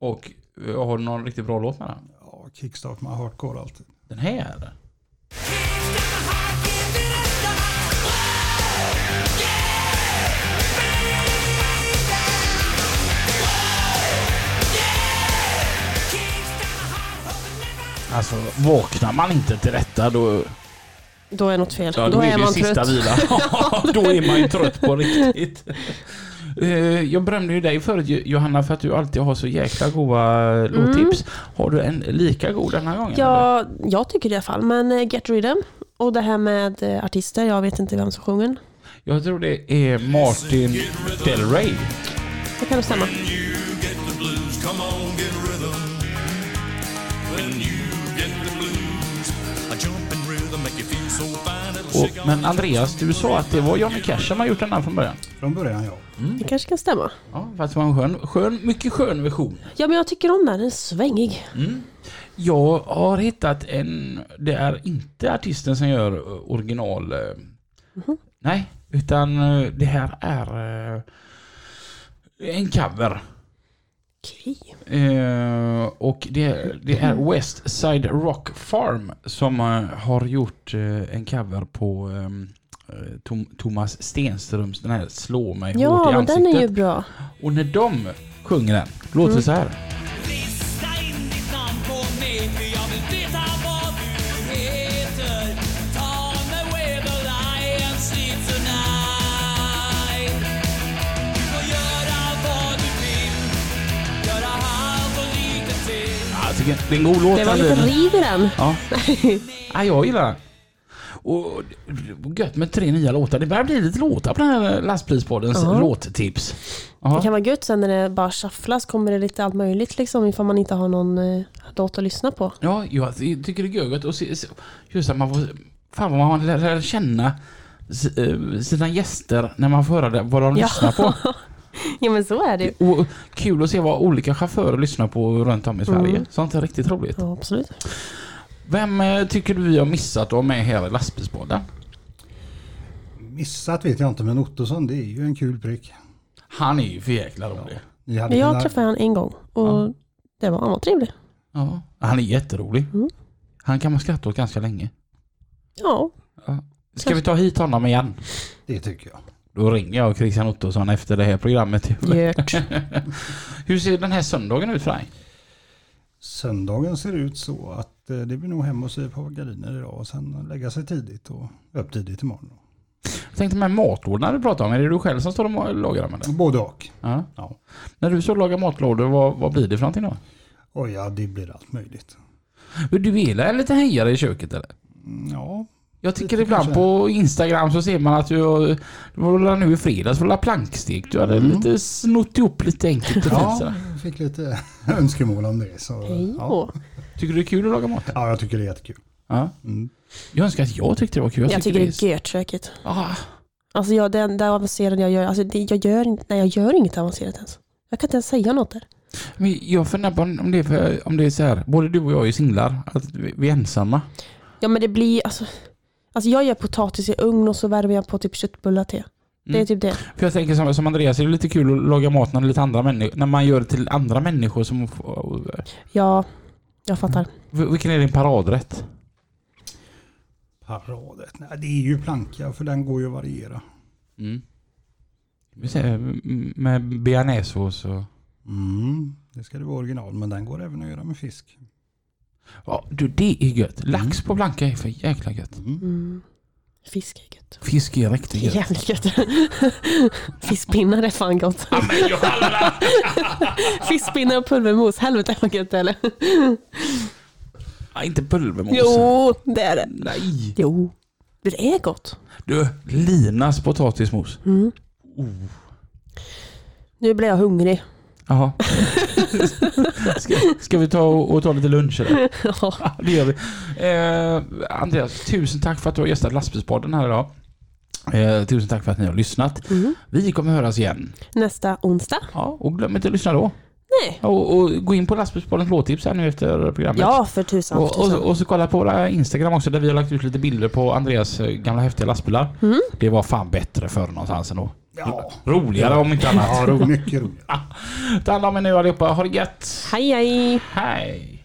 [SPEAKER 2] Och eh, har du någon riktigt bra låt med den?
[SPEAKER 3] Ja, kickstart med hardcore alltid.
[SPEAKER 2] Den här? Alltså vaknar man inte till detta då,
[SPEAKER 1] Då är något fel.
[SPEAKER 2] Ja,
[SPEAKER 1] då,
[SPEAKER 2] då, är
[SPEAKER 1] är
[SPEAKER 2] det
[SPEAKER 1] man
[SPEAKER 2] sista
[SPEAKER 1] trött.
[SPEAKER 2] vila. då är man ju trött på riktigt. Eh, Jag berömde ju dig förut Johanna för att du alltid har så jäkla goda eh, låttips. Har du en lika god den här gången? eller?
[SPEAKER 1] Ja, jag tycker det i alla fall. Men eh, Get Rhythm och det här med eh, artister, jag vet inte vem som sjunger.
[SPEAKER 2] Jag tror det är Martin Del Rey.
[SPEAKER 1] Det kan nog stämma.
[SPEAKER 4] you get the blues, come on, get rhythm. When you get the blues, a jumping rhythm make you feel so fine. It'll
[SPEAKER 2] Och,
[SPEAKER 4] shake
[SPEAKER 2] men Andreas, du sa att det var Johnny Cash som har gjort den här från början.
[SPEAKER 3] Från början ja.
[SPEAKER 1] Det kanske kan stämma.
[SPEAKER 2] Ja, fast det var en skön, skön, mycket skön version.
[SPEAKER 1] Ja, men jag tycker om den. Den är svängig.
[SPEAKER 2] Jag har hittat en, det är inte artisten som gör eh, original... eh,
[SPEAKER 1] Mhm.
[SPEAKER 2] Nej, utan eh, det här är eh, en cover.
[SPEAKER 1] Okej.
[SPEAKER 2] Eh, och det, det
[SPEAKER 1] Mhm.
[SPEAKER 2] är West Side Rock Farm som eh, har gjort eh, en cover på ehm, eh, Tom, Thomas Stenströms den här Slå mig hårt
[SPEAKER 1] Ja,
[SPEAKER 2] i
[SPEAKER 1] men
[SPEAKER 2] ansiktet.
[SPEAKER 1] den är ju Mm. bra.
[SPEAKER 2] Och när de sjunger den, låter det så här.
[SPEAKER 4] Lista in ditt namn på mig, för jag vill veta vad du heter. Ta mig where the lion sleeps tonight. Du får göra vad du vill, göra allt och lite till.
[SPEAKER 2] Jag tycker det är en Alltså, god låt.
[SPEAKER 1] Det var
[SPEAKER 2] den
[SPEAKER 1] lite
[SPEAKER 2] linen.
[SPEAKER 1] riv i den.
[SPEAKER 2] Ja. ja, jag gillar den. Och det var gött med tre nya låtar. Det börjar bli lite låtar på den här lastbilspoddens
[SPEAKER 1] Ja.
[SPEAKER 2] låttips.
[SPEAKER 1] Det
[SPEAKER 2] Ja.
[SPEAKER 1] kan vara gött sen när det bara shufflas kommer det lite allt möjligt liksom ifall man inte har någon eh, låt att lyssna på.
[SPEAKER 2] ja, jag tycker det är gött och se, se, just att man får, fan vad man lär, lär känna s- eh, sina gäster när man får höra det, vad de
[SPEAKER 1] Ja.
[SPEAKER 2] lyssnar på.
[SPEAKER 1] Ja men så är det ju.
[SPEAKER 2] Och kul att se vad olika chaufförer lyssnar på runt om i Sverige.
[SPEAKER 1] Mm.
[SPEAKER 2] Sånt är riktigt roligt.
[SPEAKER 1] Ja absolut.
[SPEAKER 2] Vem eh, tycker du vi har missat att ha med här i lastbilspodden?
[SPEAKER 3] Missat vet jag inte men Ottosson det är ju en kul prick.
[SPEAKER 2] Han är ju för jäkla rolig.
[SPEAKER 3] Ni hade
[SPEAKER 1] Men jag
[SPEAKER 3] kunnat-
[SPEAKER 1] träffade han en gång och det var, han var trevlig.
[SPEAKER 2] Ja, han är jätterolig.
[SPEAKER 1] Mm.
[SPEAKER 2] Han kan man skratta åt ganska länge.
[SPEAKER 1] Ja,
[SPEAKER 2] Ska vi ta hit honom igen?
[SPEAKER 3] Det tycker jag.
[SPEAKER 2] Då ringer jag Christian Ottosson efter det här programmet.
[SPEAKER 1] gjort.
[SPEAKER 2] Hur ser den här söndagen ut för dig?
[SPEAKER 3] Söndagen ser ut så att eh, det blir nog hem och sy på gardiner idag och sen lägga sig tidigt och upp tidigt imorgon.
[SPEAKER 2] Jag tänkte med matlådorna du pratade om. Är det du själv som står och ma- lagar dem eller?
[SPEAKER 3] Både och.
[SPEAKER 2] Ja.
[SPEAKER 3] Ja.
[SPEAKER 2] När du står och lagar matlådor, vad, vad blir det för någonting då?
[SPEAKER 3] Och ja, det blir allt möjligt.
[SPEAKER 2] Men Du är en liten hejare i köket eller?
[SPEAKER 3] Mm, Ja,
[SPEAKER 2] Jag tycker
[SPEAKER 3] Lite
[SPEAKER 2] ibland
[SPEAKER 3] kanske.
[SPEAKER 2] på Instagram så ser man att du har- det var väl nu i fredags, var det plankstek? Du hade lite snott ihop lite enkelt och fint
[SPEAKER 3] ja
[SPEAKER 2] sådär.
[SPEAKER 3] jag fick lite önskemål om det. Så,
[SPEAKER 1] Hej
[SPEAKER 3] ja.
[SPEAKER 1] då.
[SPEAKER 2] Tycker du det är kul att laga mat?
[SPEAKER 3] ja, jag tycker det är jättekul.
[SPEAKER 2] Ja.
[SPEAKER 3] Mm.
[SPEAKER 2] Jag önskar att jag tyckte det var kul.
[SPEAKER 1] Jag tycker det är gött köket.
[SPEAKER 2] Ah,
[SPEAKER 1] Alltså jag, det enda avancerade jag gör, alltså det, jag gör inte, nej jag gör inget avancerat ens. Jag kan inte ens säga något där.
[SPEAKER 2] men jag funderar på om det, är för, om det är så här, både du och jag är singlar, att vi vi är ensamma.
[SPEAKER 1] Ja men det blir, alltså, alltså jag gör potatis i ugn och så värmer jag på typ köttbullar till. Det är
[SPEAKER 2] Mm.
[SPEAKER 1] typ det.
[SPEAKER 2] För jag tänker som, som Andreas, är det lite kul att laga mat när, det är lite andra människor, när man gör det till andra människor som... får-
[SPEAKER 1] Ja, jag fattar.
[SPEAKER 2] V- Vilken är din paradrätt?
[SPEAKER 3] Paradet, nej det är ju planka för den går ju att variera.
[SPEAKER 2] Vi säger, Med bearnaisesås och...
[SPEAKER 3] Mm, det ska det vara original, men den går även att göra med fisk.
[SPEAKER 2] Ja, du det är gött. Lax på blanka är för jäkla gött.
[SPEAKER 1] Mm. Fisk är gött.
[SPEAKER 2] Fisk är riktigt gött.
[SPEAKER 1] Jävligt gött. Fiskpinnar är fan gott. Fiskpinnar och pulvermos, helvete vad gött eller?
[SPEAKER 2] Ja, Ah, inte pulvermos.
[SPEAKER 1] Jo, det är det.
[SPEAKER 2] Nej.
[SPEAKER 1] Jo, det är gott.
[SPEAKER 2] Du, Linas potatismos.
[SPEAKER 1] Mm. Nu blir jag hungrig.
[SPEAKER 2] Jaha. ska, ska vi ta och, och ta lite lunch eller? Ja, det gör vi. Eh, Andreas, tusen tack för att du har gästat lastbilspodden här idag. Eh, tusen tack för att ni har lyssnat.
[SPEAKER 1] Mm.
[SPEAKER 2] Vi kommer höras igen.
[SPEAKER 1] Nästa onsdag?
[SPEAKER 2] Ja, och glöm inte att lyssna då.
[SPEAKER 1] Nej.
[SPEAKER 2] Och, och gå in på lastbilspoddens låttips här nu efter programmet.
[SPEAKER 1] Ja, för tusan. För
[SPEAKER 2] Och, och,
[SPEAKER 1] tusan.
[SPEAKER 2] och så kolla på våra Instagram också där vi har lagt ut lite bilder på Andreas eh, gamla häftiga lastbilar. Det var fan bättre förr någonstans ändå.
[SPEAKER 3] Ja,
[SPEAKER 2] Roligare om inte annat.
[SPEAKER 3] ja ro, mycket roligt.
[SPEAKER 2] Ta hand om er nu allihopa. Ha det gött.
[SPEAKER 1] Hej, hej.
[SPEAKER 2] Hej.